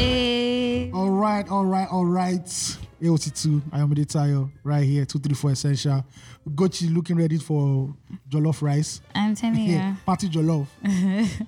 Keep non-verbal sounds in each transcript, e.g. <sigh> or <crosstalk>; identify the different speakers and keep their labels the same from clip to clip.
Speaker 1: Eh,
Speaker 2: right, all right, all right. AOT2, I am Adetayo, right here, 234 Essential. Gochi looking ready for jollof rice.
Speaker 1: I'm telling
Speaker 2: Yeah, <laughs>
Speaker 1: you. <laughs>
Speaker 2: party jollof.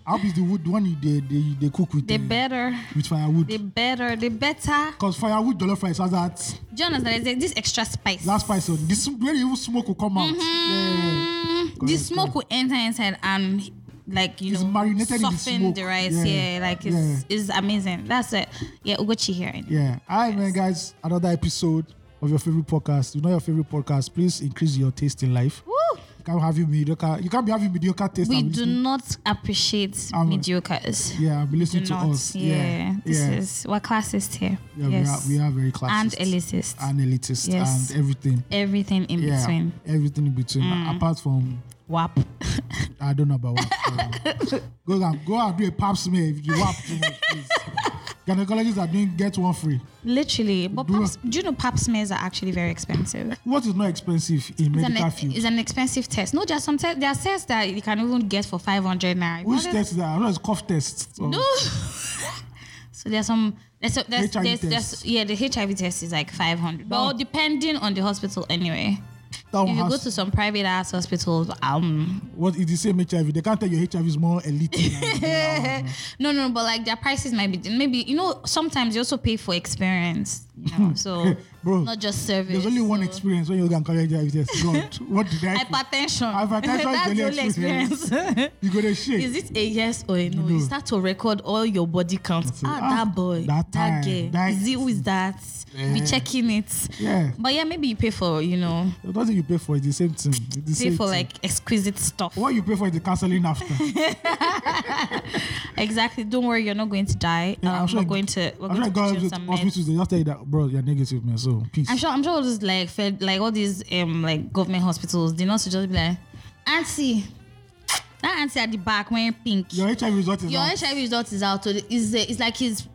Speaker 2: How is the wood one you they, they, they cook with
Speaker 1: They
Speaker 2: uh,
Speaker 1: better.
Speaker 2: with firewood?
Speaker 1: They better. They better.
Speaker 2: Because firewood jollof rice has that
Speaker 1: Jonas, there is a- this extra spice.
Speaker 2: last spice on this where even smoke will come
Speaker 1: Mm-hmm.
Speaker 2: out. Yeah.
Speaker 1: Mm, the
Speaker 2: Correct,
Speaker 1: smoke will enter inside and like you
Speaker 2: It's
Speaker 1: know
Speaker 2: marinated in the
Speaker 1: soften
Speaker 2: smoke.
Speaker 1: rice.
Speaker 2: Yeah,
Speaker 1: Yeah, like it's it's amazing. That's it. Yeah, Ugochi here.
Speaker 2: Yeah. All right, man, guys. Another episode of your favorite podcast. You know your favorite podcast. Please increase your taste in life.
Speaker 1: Woo!
Speaker 2: You can't have you mediocre. You can't be having mediocre taste.
Speaker 1: We
Speaker 2: and be
Speaker 1: do
Speaker 2: listening-
Speaker 1: not appreciate
Speaker 2: Um,
Speaker 1: mediocres.
Speaker 2: Yeah, and be listening
Speaker 1: do
Speaker 2: to
Speaker 1: not.
Speaker 2: us.
Speaker 1: Yeah.
Speaker 2: Yeah.
Speaker 1: This
Speaker 2: yeah.
Speaker 1: is we're classist here.
Speaker 2: yeah
Speaker 1: yes.
Speaker 2: we, are, we are very classist.
Speaker 1: and elitist.
Speaker 2: And elitist.
Speaker 1: Yes.
Speaker 2: And everything.
Speaker 1: Everything in
Speaker 2: Yeah.
Speaker 1: between. Mm.
Speaker 2: Everything in between. Apart from
Speaker 1: WAP.
Speaker 2: I don't know
Speaker 1: <laughs>
Speaker 2: about what. so- go and go and do a pap smear if you wap too much, please. Gynecologists are doing get one free.
Speaker 1: Literally. But
Speaker 2: Do-
Speaker 1: pap, do you know pap smears are actually very expensive?
Speaker 2: What is not expensive in
Speaker 1: It's an,
Speaker 2: medical field?
Speaker 1: it's an expensive test. No, there are some te- there are tests that you can even get for 500 naira.
Speaker 2: Which
Speaker 1: Not
Speaker 2: test is that? I know it's cough test. Um, or-
Speaker 1: No. so there's some. There's, a- there's,
Speaker 2: HIV
Speaker 1: there's, there's,
Speaker 2: test.
Speaker 1: yeah, the HIV test is like 500. Well, depending on the hospital, anyway.
Speaker 2: That
Speaker 1: If
Speaker 2: one
Speaker 1: you go
Speaker 2: Oh, has
Speaker 1: to some private ass hospitals,
Speaker 2: <laughs>
Speaker 1: um,
Speaker 2: what is the same HIV. They can't tell your HIV is more elite. than-
Speaker 1: no, no, but like their prices might be maybe you know sometimes you also pay for experience, you know, <laughs>
Speaker 2: <laughs>
Speaker 1: so
Speaker 2: Bro,
Speaker 1: not just service.
Speaker 2: Hmm. Oh. There's only one
Speaker 1: so-
Speaker 2: experience when you go and collect HIV test. God, what did I? do?
Speaker 1: Hypertension. <laughs> That's
Speaker 2: Hypertension is the
Speaker 1: the
Speaker 2: only
Speaker 1: only experience. <laughs>
Speaker 2: You go to shit.
Speaker 1: is it a yes or a no? You start to record all your body counts.
Speaker 2: That's it.
Speaker 1: Ah,
Speaker 2: Ah,
Speaker 1: that boy,
Speaker 2: that
Speaker 1: that,
Speaker 2: time,
Speaker 1: girl,
Speaker 2: that- Eh.
Speaker 1: is it who is that? Be
Speaker 2: Yeah.
Speaker 1: checking it.
Speaker 2: Yeah.
Speaker 1: But yeah, maybe you pay for, you know,
Speaker 2: The doesn't you pay for is the same thing. It's the
Speaker 1: pay
Speaker 2: same
Speaker 1: for
Speaker 2: thing.
Speaker 1: like exquisite stuff.
Speaker 2: what you pay for is the counseling
Speaker 1: <laughs>
Speaker 2: after.
Speaker 1: Exactly. Don't worry, you're not going to die.
Speaker 2: Yeah,
Speaker 1: um,
Speaker 2: I'm sure
Speaker 1: we're going to we're
Speaker 2: I'm sure
Speaker 1: going
Speaker 2: I
Speaker 1: to put
Speaker 2: got
Speaker 1: you on some
Speaker 2: hospitals.
Speaker 1: meds.
Speaker 2: They just tell you that, bro, you're negative, man. So peace.
Speaker 1: I'm sure I'm sure all those like fed, like all these um like government hospitals, they not just be like, Auntie, that auntie at the back wearing pink.
Speaker 2: your HIV result is
Speaker 1: your
Speaker 2: out.
Speaker 1: HIV result is out. So it's, uh, it's like his.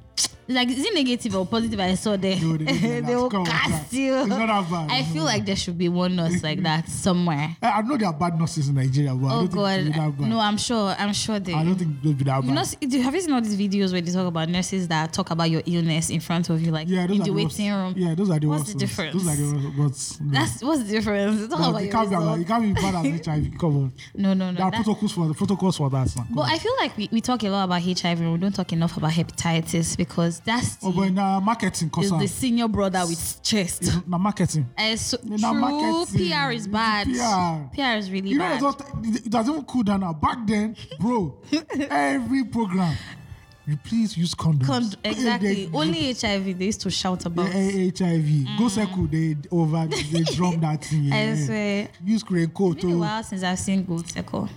Speaker 1: Like is it negative or positive? I saw there.
Speaker 2: No, they don't
Speaker 1: <laughs>
Speaker 2: do
Speaker 1: they
Speaker 2: that.
Speaker 1: will
Speaker 2: Come on,
Speaker 1: cast
Speaker 2: sir.
Speaker 1: you.
Speaker 2: It's not that bad.
Speaker 1: I feel like there should be one nurse
Speaker 2: <laughs>
Speaker 1: like that somewhere.
Speaker 2: Eh, I I know there are bad nurses in Nigeria, but I
Speaker 1: Oh
Speaker 2: don't think it's that
Speaker 1: god.
Speaker 2: bad.
Speaker 1: No, I'm sure. I'm sure they.
Speaker 2: I don't think it'll be that
Speaker 1: You
Speaker 2: bad.
Speaker 1: know, do- have you seen all these videos where they talk about nurses that talk about your illness in front of you, like
Speaker 2: yeah, those
Speaker 1: in
Speaker 2: are
Speaker 1: the
Speaker 2: worst.
Speaker 1: waiting room?
Speaker 2: Yeah, those are the
Speaker 1: What's
Speaker 2: worst.
Speaker 1: the
Speaker 2: ones. Those are the
Speaker 1: <laughs>
Speaker 2: worst. ones. no.
Speaker 1: That's what's the difference. It's all
Speaker 2: No,
Speaker 1: about
Speaker 2: it
Speaker 1: your
Speaker 2: can't be about- it
Speaker 1: result.
Speaker 2: can't be
Speaker 1: <laughs>
Speaker 2: bad as HIV. Come on.
Speaker 1: No, no,
Speaker 2: There
Speaker 1: no.
Speaker 2: are
Speaker 1: that-
Speaker 2: protocols for the protocols for that. Now.
Speaker 1: but I feel like we, we talk a lot about HIV and we don't talk enough about hepatitis because that's
Speaker 2: Oh,
Speaker 1: the,
Speaker 2: but na marketing
Speaker 1: is
Speaker 2: concern.
Speaker 1: the senior brother with chest.
Speaker 2: Na marketing.
Speaker 1: Eh, so,
Speaker 2: It's not
Speaker 1: true,
Speaker 2: marketing.
Speaker 1: PR is
Speaker 2: It's
Speaker 1: bad.
Speaker 2: PR.
Speaker 1: PR is really
Speaker 2: You know,
Speaker 1: bad.
Speaker 2: it's not, it it doesn't even cool down now. Back then,
Speaker 1: <laughs>
Speaker 2: bro, every program, you please use condoms.
Speaker 1: Cond-
Speaker 2: Eh,
Speaker 1: exactly.
Speaker 2: they-
Speaker 1: Only HIV they used to shout
Speaker 2: eh,
Speaker 1: about.
Speaker 2: eh, HIV. Go circle. They over.
Speaker 1: <laughs>
Speaker 2: They drum that thing.
Speaker 1: I
Speaker 2: eh, eh.
Speaker 1: swear.
Speaker 2: Use raincoat.
Speaker 1: It's been a
Speaker 2: oh.
Speaker 1: while since I've seen Gold Circle.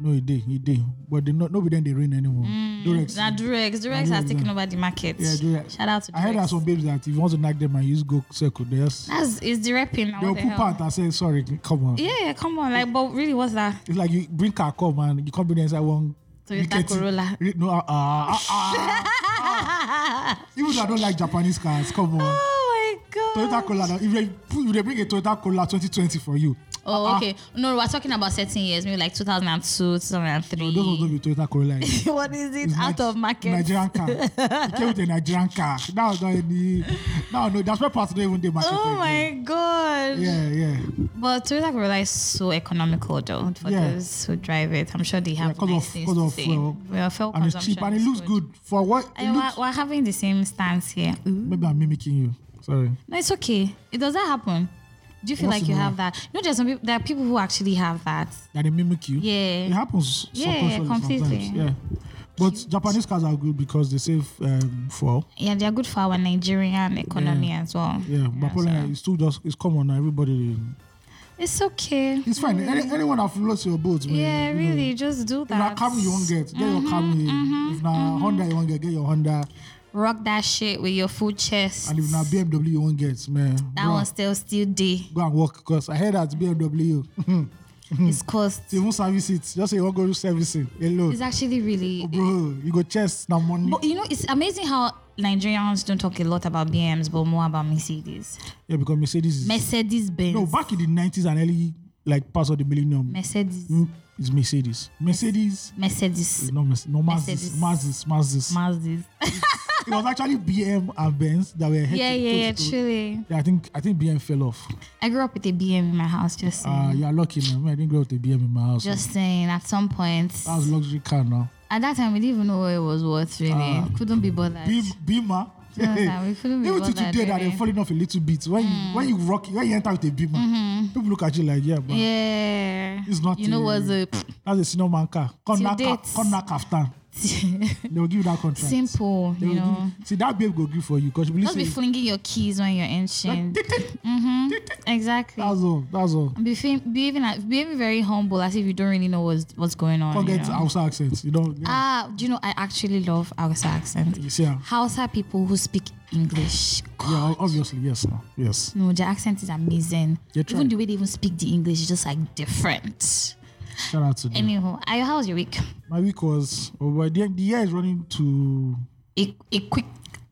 Speaker 2: No, it did. It did. But they not. Nobody then they rain anymore.
Speaker 1: Mm,
Speaker 2: Durex.
Speaker 1: Now Durex, Durex
Speaker 2: Durex,
Speaker 1: has taken
Speaker 2: yeah.
Speaker 1: over the market.
Speaker 2: Yeah, Durex.
Speaker 1: Shout out to Durex.
Speaker 2: I heard there are some babes that if you want to knock them and use go circle, they just
Speaker 1: That's is the repping. now,
Speaker 2: they'll
Speaker 1: Ah, What the
Speaker 2: poop
Speaker 1: hell?
Speaker 2: out and say sorry. Come on.
Speaker 1: Yeah, yeah, come on, like, but really, what's that?
Speaker 2: It's like you bring car come and you come bring inside one.
Speaker 1: Toyota
Speaker 2: rickety-
Speaker 1: Corolla.
Speaker 2: ri- No, uh, uh, uh, even though I don't like Japanese cars, come on.
Speaker 1: Oh my
Speaker 2: Toyota Corolla. now, If they, put- if they bring a Toyota Corolla 2020 for you,
Speaker 1: Oh, okay. No, we're talking about certain years, maybe like 2002, 2003.
Speaker 2: those ones don't be Toyota Corolla.
Speaker 1: <laughs>
Speaker 2: again.
Speaker 1: what is it?
Speaker 2: It's
Speaker 1: Out
Speaker 2: Ni-
Speaker 1: of market.
Speaker 2: Nigerian car. It came with a Nigerian car. Now it's not any. Now no, that's why parts don't even the market.
Speaker 1: Oh
Speaker 2: again.
Speaker 1: my god.
Speaker 2: Yeah, yeah.
Speaker 1: But Toyota Corolla is so economical though for
Speaker 2: Yeah.
Speaker 1: those who drive it. I'm sure they have
Speaker 2: Because
Speaker 1: nice
Speaker 2: of
Speaker 1: things
Speaker 2: because
Speaker 1: to
Speaker 2: of
Speaker 1: say.
Speaker 2: fuel.
Speaker 1: well, fuel
Speaker 2: and it's cheap
Speaker 1: consumption
Speaker 2: and it
Speaker 1: is
Speaker 2: looks good for what. It
Speaker 1: Eh, we're,
Speaker 2: looks,
Speaker 1: we're having the same stance here. Ooh.
Speaker 2: maybe I'm mimicking you. Sorry.
Speaker 1: No, it's okay. It does that happen. Do you feel
Speaker 2: Once
Speaker 1: like
Speaker 2: in
Speaker 1: you
Speaker 2: a
Speaker 1: have that? You know, there's some people, there are people who actually have that.
Speaker 2: that they mimic you.
Speaker 1: Yeah.
Speaker 2: It happens
Speaker 1: Yeah,
Speaker 2: subconsciously
Speaker 1: completely.
Speaker 2: sometimes. Yeah. But Japanese cars are good because they save um, fuel.
Speaker 1: Yeah, they are good for our Nigerian economy as well.
Speaker 2: Yeah, but
Speaker 1: so-
Speaker 2: problem it's still just it's common. now, Everybody,
Speaker 1: It's okay.
Speaker 2: it's fine. Any, anyone that floats your boat, man,
Speaker 1: Yeah,
Speaker 2: you know.
Speaker 1: really, Mm-hmm, just do
Speaker 2: If na
Speaker 1: that.
Speaker 2: Camry you won't get, get your Camry. If na
Speaker 1: mm-hmm.
Speaker 2: Honda you won't get, get your Honda.
Speaker 1: Rock that shit with your full chest.
Speaker 2: And if na BMW you won't get, man,
Speaker 1: That
Speaker 2: go,
Speaker 1: one still still
Speaker 2: <laughs>
Speaker 1: day.
Speaker 2: go and work. Cause I heard that BMW,
Speaker 1: It's cost.
Speaker 2: <laughs> they won't service it. Just say you won't go to servicing alone,
Speaker 1: It's actually really.
Speaker 2: bro. You go chest na money.
Speaker 1: But you know, it's amazing how Nigerians don't talk a lot about BMs, but more about Mercedes.
Speaker 2: yeah, because Mercedes is
Speaker 1: Mercedes Benz.
Speaker 2: no back in the nineties and early like past of the millennium.
Speaker 1: Mercedes.
Speaker 2: Mm, it's Mercedes. Mercedes.
Speaker 1: Mercedes.
Speaker 2: No, Mercedes. No, Mercedes.
Speaker 1: Mercedes.
Speaker 2: <laughs> Mercedes.
Speaker 1: Mazdas.
Speaker 2: Mercedes. it was actually BM and Benz that were head
Speaker 1: yeah,
Speaker 2: to-
Speaker 1: yeah,
Speaker 2: toe
Speaker 1: yeah,
Speaker 2: to toe.
Speaker 1: truly.
Speaker 2: Yeah, I think I think BM fell off.
Speaker 1: I grew up with a BM in my house, just saying.
Speaker 2: Uh, you are lucky, man. Me, I didn't grow up with a BM in my house.
Speaker 1: Mm. just saying, at some point.
Speaker 2: that was luxury car now.
Speaker 1: At that time, we didn't even know what it was worth, really.
Speaker 2: uh,
Speaker 1: couldn't be bothered.
Speaker 2: Beam, Beamer.
Speaker 1: Yeah,
Speaker 2: <laughs>
Speaker 1: like, we couldn't be
Speaker 2: Even to
Speaker 1: bothered, Mm.
Speaker 2: today, that they're
Speaker 1: really.
Speaker 2: falling off a little bit. When you when you rock, when you enter with a Beamer, people look at you like, yeah, but
Speaker 1: Mm-hmm. yeah.
Speaker 2: It's not
Speaker 1: You know
Speaker 2: a-
Speaker 1: what's
Speaker 2: <laughs>
Speaker 1: a. <laughs>
Speaker 2: that's a senior man car. Come
Speaker 1: Till
Speaker 2: now, ca-
Speaker 1: date.
Speaker 2: come now, kaftan. They will give you that contract.
Speaker 1: Simple,
Speaker 2: They
Speaker 1: you
Speaker 2: will give
Speaker 1: know.
Speaker 2: see that babe go give for you because she believes
Speaker 1: Just be
Speaker 2: in-
Speaker 1: flinging your keys when you're ancient. mm-hmm. Exactly.
Speaker 2: <laughs> That's all. That's all.
Speaker 1: And be fe- behaving like, behaving very humble, as if you don't really know what's what's going on.
Speaker 2: Don't
Speaker 1: you
Speaker 2: get
Speaker 1: know?
Speaker 2: Hausa accents. You don't. You,
Speaker 1: Oh, Ah, do you know I actually love Hausa accent.
Speaker 2: you see, ah,
Speaker 1: Hausa people who speak English.
Speaker 2: yeah, ob- obviously, yes, ah, yes.
Speaker 1: No, their accent is amazing.
Speaker 2: Yeah, try.
Speaker 1: Even the way they even speak the English is just like different.
Speaker 2: Shout out to them.
Speaker 1: Anyhow, I, how was your week?
Speaker 2: My week was. Oh, boy, the, the year is running to
Speaker 1: A, a quick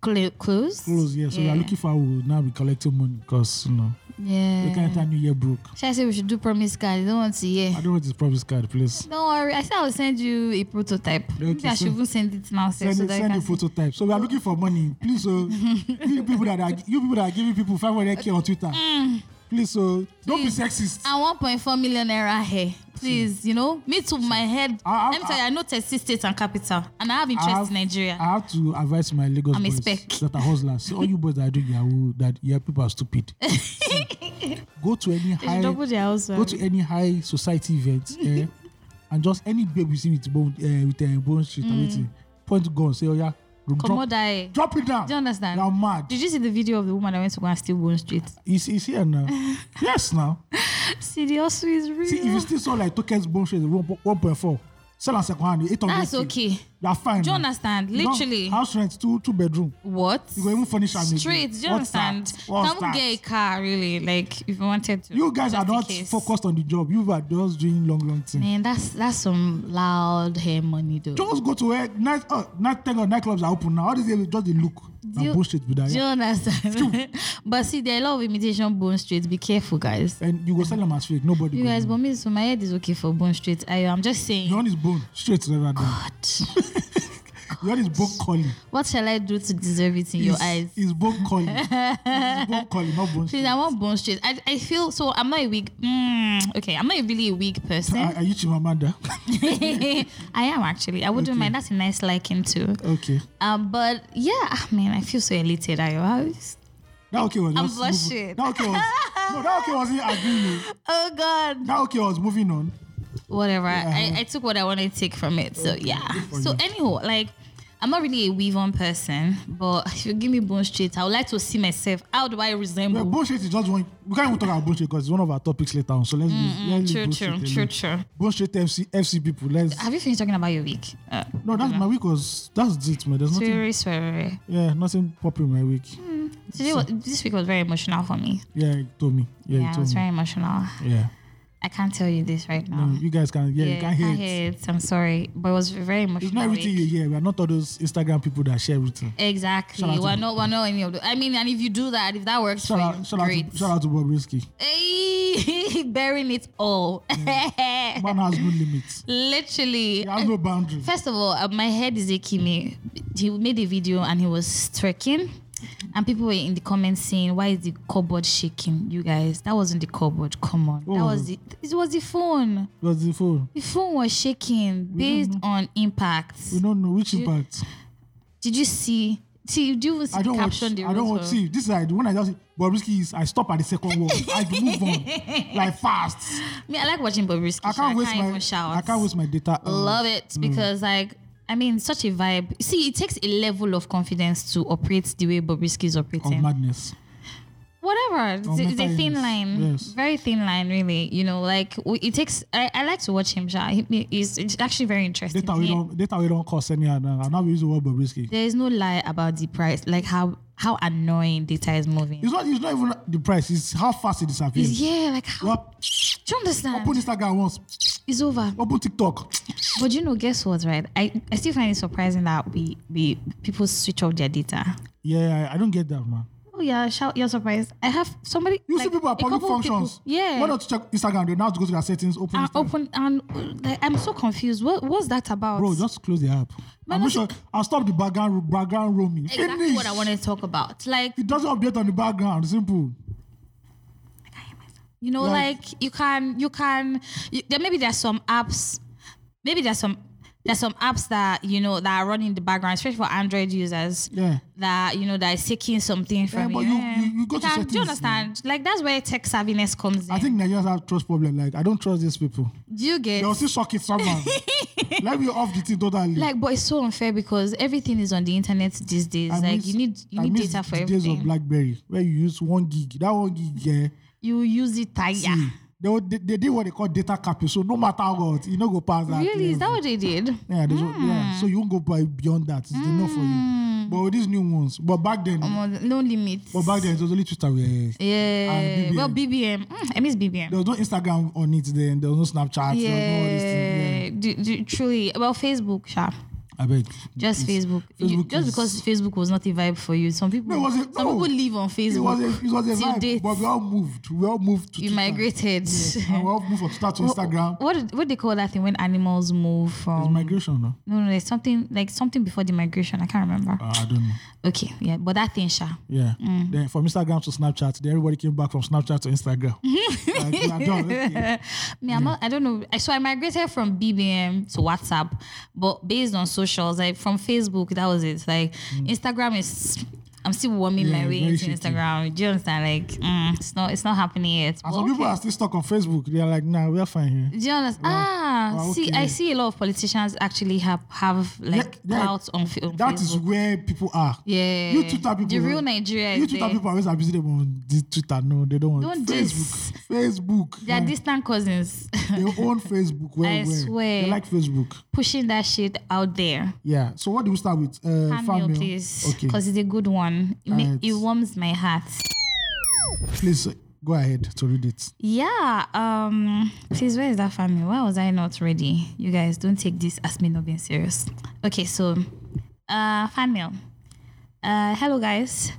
Speaker 1: cl- close.
Speaker 2: close. Yeah, so we
Speaker 1: Yeah.
Speaker 2: are looking for how we will now be collecting money because you know we can't
Speaker 1: Yeah.
Speaker 2: enter New Year broke.
Speaker 1: Should I say we should do promise card? You don't want to hear.
Speaker 2: I don't want this promise card, please.
Speaker 1: Don't worry. I said I will send you a prototype. Maybe I
Speaker 2: so-
Speaker 1: should even send it now. sir,
Speaker 2: Send,
Speaker 1: so
Speaker 2: a-
Speaker 1: that
Speaker 2: send
Speaker 1: you
Speaker 2: a
Speaker 1: can see.
Speaker 2: phototype. So we are looking for money, please.
Speaker 1: <laughs>
Speaker 2: So you people that are you people that are giving people 500k on Twitter,
Speaker 1: Mm.
Speaker 2: please. So don't be sexist.
Speaker 1: And 1.4 million naira here. Please, you know, me too, my head.
Speaker 2: I- I-
Speaker 1: Let me tell you, I know Texas State and Capital, and I have
Speaker 2: I
Speaker 1: interest
Speaker 2: have-
Speaker 1: in Nigeria.
Speaker 2: I have to advise my Lagos
Speaker 1: I'm a
Speaker 2: boys
Speaker 1: speck.
Speaker 2: that are hustlers. See, all you boys that are doing Yahoo, that your people
Speaker 1: <laughs>
Speaker 2: are stupid. See, go to any
Speaker 1: They should
Speaker 2: high,
Speaker 1: double their house
Speaker 2: go to any high
Speaker 1: <laughs>
Speaker 2: society event, eh, and just any babe you see with bone, uh, with a bone street,
Speaker 1: Mm.
Speaker 2: or waiting, point gun, say, oh yeah, drop,
Speaker 1: Commodai.
Speaker 2: drop it down.
Speaker 1: Do you understand?
Speaker 2: You're mad.
Speaker 1: Did you see the video of the woman that went to go and steal Bone Street?
Speaker 2: He's, he's
Speaker 1: <laughs>
Speaker 2: here now. yes, now.
Speaker 1: See, the hustle is real.
Speaker 2: See, if you still saw like tokens bone shares 1.4, sell on second hand, 800.
Speaker 1: That's okay.
Speaker 2: You're fine.
Speaker 1: Do you
Speaker 2: now.
Speaker 1: understand?
Speaker 2: You don't-
Speaker 1: Literally.
Speaker 2: House rent, two, two bedroom.
Speaker 1: What?
Speaker 2: You go even furnish am again.
Speaker 1: Straight. Do you
Speaker 2: What's that?
Speaker 1: understand?
Speaker 2: What's
Speaker 1: Can we
Speaker 2: that?
Speaker 1: get a car, really? Like, if you wanted to.
Speaker 2: You guys
Speaker 1: Just
Speaker 2: are
Speaker 1: in
Speaker 2: not
Speaker 1: case. Mm.
Speaker 2: focused on the job. You are just doing long, long things.
Speaker 1: Man, that's that's some loud hair money, though.
Speaker 2: Just go to where night, uh, night ten or nightclubs are open now. All these days, just the look.
Speaker 1: you-
Speaker 2: And bullshit with that.
Speaker 1: Do you
Speaker 2: yeah.
Speaker 1: understand? <laughs> but see, there are a lot of imitation bone straight. Be careful, guys.
Speaker 2: And you go sell them as fake. Nobody.
Speaker 1: You
Speaker 2: go
Speaker 1: guys,
Speaker 2: know.
Speaker 1: but me, so my head is okay for bone straight. I, I'm just saying.
Speaker 2: Your own is bone. Straight to that. down.
Speaker 1: God,
Speaker 2: <laughs> Your own is bone calling.
Speaker 1: what shall I do to deserve it in <laughs> your eyes?
Speaker 2: It's bone
Speaker 1: <laughs>
Speaker 2: calling. it's bone calling, not
Speaker 1: Please,
Speaker 2: bone straight.
Speaker 1: I want bone straight. I, I feel so. I'm not a weak. Mm, okay, I'm not a really a weak person.
Speaker 2: Are, are you Chimamanda?
Speaker 1: <laughs>
Speaker 2: <laughs>
Speaker 1: I am actually. I wouldn't mind. That's a nice liking too.
Speaker 2: okay.
Speaker 1: Um, but yeah, ah, man, I feel so elated. I was.
Speaker 2: That okay was.
Speaker 1: I'm
Speaker 2: just
Speaker 1: blushing.
Speaker 2: moving- That okay was. No, that okay wasn't
Speaker 1: <laughs>
Speaker 2: agreeing. you.
Speaker 1: Oh God.
Speaker 2: That okay was moving on.
Speaker 1: whatever. I, I took what I wanted to take from it. So yeah. So anyhow, like I'm not really a weave on person, but if you give me bone straight, I would like to see myself. How do I
Speaker 2: Well,
Speaker 1: resemble?
Speaker 2: bullshit is just one. We can't even talk about bullshit because it's one of our topics later on. So let's leave. Let's leave
Speaker 1: Mm, True,
Speaker 2: bullshit
Speaker 1: true, true,
Speaker 2: alone.
Speaker 1: true.
Speaker 2: Bullshit FC, FC people. Let's.
Speaker 1: Have you finished talking about your week? Uh,
Speaker 2: No, that's my week was. That's it, man. There's nothing.
Speaker 1: very, very.
Speaker 2: Yeah, nothing popping my week.
Speaker 1: Today, was, this week was very emotional for me.
Speaker 2: Yeah, he told me. Yeah,
Speaker 1: Yeah, it
Speaker 2: he told
Speaker 1: was
Speaker 2: me.
Speaker 1: very emotional.
Speaker 2: Yeah.
Speaker 1: I can't tell you this right now.
Speaker 2: No, you guys can. Yeah,
Speaker 1: yeah,
Speaker 2: you can hear it.
Speaker 1: I'm sorry, but it was very emotional.
Speaker 2: It's not everything
Speaker 1: week.
Speaker 2: you hear. We are not all those Instagram people that share everything.
Speaker 1: Exactly.
Speaker 2: Shout out to
Speaker 1: We're
Speaker 2: Bob.
Speaker 1: not. We're not any of the. I mean, and if you do that, if that works
Speaker 2: Shout
Speaker 1: for
Speaker 2: out,
Speaker 1: you,
Speaker 2: shout out,
Speaker 1: great.
Speaker 2: to, shout out to Bob Risky.
Speaker 1: Hey, <laughs> bearing it all.
Speaker 2: Man has no limits.
Speaker 1: <laughs> Literally.
Speaker 2: He has no boundaries.
Speaker 1: First of all, uh, my head is aching me. He made a video and he was trekking. And people were in the comments saying, "Why is the cupboard shaking?" You guys, that wasn't the cupboard. Come on, that
Speaker 2: Oh.
Speaker 1: was the. It was the phone.
Speaker 2: What's the phone?
Speaker 1: The phone was shaking based
Speaker 2: Mm-hmm.
Speaker 1: on impact.
Speaker 2: We don't know which impact.
Speaker 1: Did you see? See, do you even see
Speaker 2: I
Speaker 1: the
Speaker 2: don't want.
Speaker 1: caption? they
Speaker 2: I don't
Speaker 1: wrote
Speaker 2: want.
Speaker 1: for-
Speaker 2: See, this is like the one I just. But risky is I stop at the second one.
Speaker 1: <laughs>
Speaker 2: I move on like fast.
Speaker 1: Me, I like watching Bobrisky.
Speaker 2: I can't waste my.
Speaker 1: even shout.
Speaker 2: I can't waste my data. uh,
Speaker 1: love it because like I mean such a vibe. See, it takes a level of confidence to operate the way Bobrisky is
Speaker 2: Of
Speaker 1: operating.
Speaker 2: madness.
Speaker 1: Whatever, it's, a- it's a
Speaker 2: mental
Speaker 1: thin
Speaker 2: illness.
Speaker 1: line,
Speaker 2: Oh, Yes.
Speaker 1: very thin line, really. You know, like w- it takes. I, I like to watch him. Sha. He, he's it's actually very interesting.
Speaker 2: Data we
Speaker 1: He-
Speaker 2: don't. Data we don't cost any other. And now we use the word Bobrisky.
Speaker 1: there is no lie about the price, like how how annoying data is moving.
Speaker 2: It's not. It's not even the price. It's how fast it
Speaker 1: It's-
Speaker 2: disappears.
Speaker 1: yeah, like how
Speaker 2: Well,
Speaker 1: do you understand?
Speaker 2: open Instagram once.
Speaker 1: It's over.
Speaker 2: Open TikTok.
Speaker 1: But you know, guess what, right? I, I still find it surprising that we we people switch off their data.
Speaker 2: Yeah, I, I don't get that, man.
Speaker 1: Oh, yeah, shout you're surprised. I have somebody
Speaker 2: You see
Speaker 1: like,
Speaker 2: people
Speaker 1: a
Speaker 2: at public
Speaker 1: couple of people-
Speaker 2: functions.
Speaker 1: yeah.
Speaker 2: Why not check Instagram? They now have to go to their settings, open
Speaker 1: and
Speaker 2: Instagram.
Speaker 1: open and uh, like, I'm so confused. What what's that about?
Speaker 2: Bro, just close the app.
Speaker 1: Why
Speaker 2: I'm
Speaker 1: not-
Speaker 2: sure I'll stop the background background roaming.
Speaker 1: exactly
Speaker 2: Finish.
Speaker 1: what I want to talk about. Like
Speaker 2: It doesn't update on the background. Simple.
Speaker 1: you know,
Speaker 2: Like-
Speaker 1: like, you can you can you, there maybe there's some apps, maybe there's some there's some apps that you know that are running in the background, especially for Android users.
Speaker 2: Yeah.
Speaker 1: That you know that is taking something from
Speaker 2: but
Speaker 1: you.
Speaker 2: you- you- you go to
Speaker 1: can, do you
Speaker 2: settings,
Speaker 1: understand? Like that's where tech savviness comes in.
Speaker 2: I think Nigerians have trust problem. Like I don't trust these people.
Speaker 1: do you get
Speaker 2: They'll still shock
Speaker 1: <laughs>
Speaker 2: it somehow. Let me off the thing totally.
Speaker 1: like but it's so unfair because everything is on the internet these days.
Speaker 2: I
Speaker 1: like
Speaker 2: miss-
Speaker 1: you need you
Speaker 2: I
Speaker 1: need
Speaker 2: miss
Speaker 1: data for
Speaker 2: the days
Speaker 1: everything.
Speaker 2: of BlackBerry where you use one gig. That one gig, yeah.
Speaker 1: you use it tired.
Speaker 2: see, They, would- they, they did what they call data capping. So no matter what, you know go past that.
Speaker 1: Really? Is that Hmm.
Speaker 2: level.
Speaker 1: what they did?
Speaker 2: yeah, there's one- yeah. So you won't go by beyond that.
Speaker 1: Hmm.
Speaker 2: It's enough for you. But with these new ones, but back then,
Speaker 1: Omo, No limits.
Speaker 2: but back then it was only Twitter. Yeah, yeah.
Speaker 1: Yeah.
Speaker 2: And
Speaker 1: Well, BBM. Mm, I miss BBM.
Speaker 2: There was no Instagram on it then. There was no Snapchat. There was no all these things.
Speaker 1: Yeah. Do, do, truly. Well, Facebook, sharp.
Speaker 2: Yeah. I bet.
Speaker 1: Just Facebook. you,
Speaker 2: Facebook
Speaker 1: just
Speaker 2: is-
Speaker 1: because Facebook was not a vibe for you. Some people
Speaker 2: No, it wasn't-
Speaker 1: some
Speaker 2: no.
Speaker 1: people live on
Speaker 2: It
Speaker 1: Facebook.
Speaker 2: was a, it was a
Speaker 1: Till
Speaker 2: vibe,
Speaker 1: date.
Speaker 2: but we all moved. We all moved to
Speaker 1: you
Speaker 2: Twitter.
Speaker 1: migrated. <laughs>
Speaker 2: And we all moved from Twitter to Instagram.
Speaker 1: What did- what they call that thing when animals move
Speaker 2: It's
Speaker 1: from
Speaker 2: migration, no?
Speaker 1: no no there's something like something before the migration I can't remember
Speaker 2: Uh, I don't know.
Speaker 1: okay yeah but that thing sha
Speaker 2: Yeah.
Speaker 1: Mm.
Speaker 2: Then from Instagram to Snapchat, then everybody came back from Snapchat to
Speaker 1: <laughs>
Speaker 2: Instagram. like, we are done. Okay.
Speaker 1: Me, I'm not, I don't know. I- So I migrated from BBM to WhatsApp, but based on socials, like from Facebook, that was it. Like Instagram is, I'm still warming
Speaker 2: Mm. Yeah,
Speaker 1: my way
Speaker 2: very
Speaker 1: into
Speaker 2: shaky.
Speaker 1: Instagram. Do you understand? Like, mm, it's not, it's not happening yet.
Speaker 2: And
Speaker 1: But
Speaker 2: some people
Speaker 1: okay.
Speaker 2: are still stuck on Facebook. They are like, nah, we are fine here.
Speaker 1: Do you understand? ah,
Speaker 2: wow,
Speaker 1: see,
Speaker 2: okay.
Speaker 1: I see a lot of politicians actually have have like
Speaker 2: yeah,
Speaker 1: clouds on, fa- on
Speaker 2: That
Speaker 1: Facebook.
Speaker 2: is where people are.
Speaker 1: yeah,
Speaker 2: You Twitter people. eh?
Speaker 1: the real eh? Nigeria.
Speaker 2: You
Speaker 1: is
Speaker 2: Twitter
Speaker 1: there.
Speaker 2: people are always abusing them on this Twitter. No, they don't want
Speaker 1: Don't diss.
Speaker 2: Facebook. Facebook.
Speaker 1: They are
Speaker 2: Like,
Speaker 1: distant cousins <laughs>
Speaker 2: they own Facebook. Well,
Speaker 1: I
Speaker 2: well.
Speaker 1: swear.
Speaker 2: They like Facebook.
Speaker 1: pushing that shit out there.
Speaker 2: Yeah. So what do we start with? Uh,
Speaker 1: Hand
Speaker 2: fan
Speaker 1: mail,
Speaker 2: mail.
Speaker 1: please,
Speaker 2: Okay.
Speaker 1: because it's a good one. It, ma-
Speaker 2: Alright.
Speaker 1: it warms my heart.
Speaker 2: Please uh, go ahead to read it.
Speaker 1: Yeah. Um. Please, where is that family? Why was I not ready? You guys, don't take this as me not being serious. Okay, so, uh, fan mail. Uh, hello guys.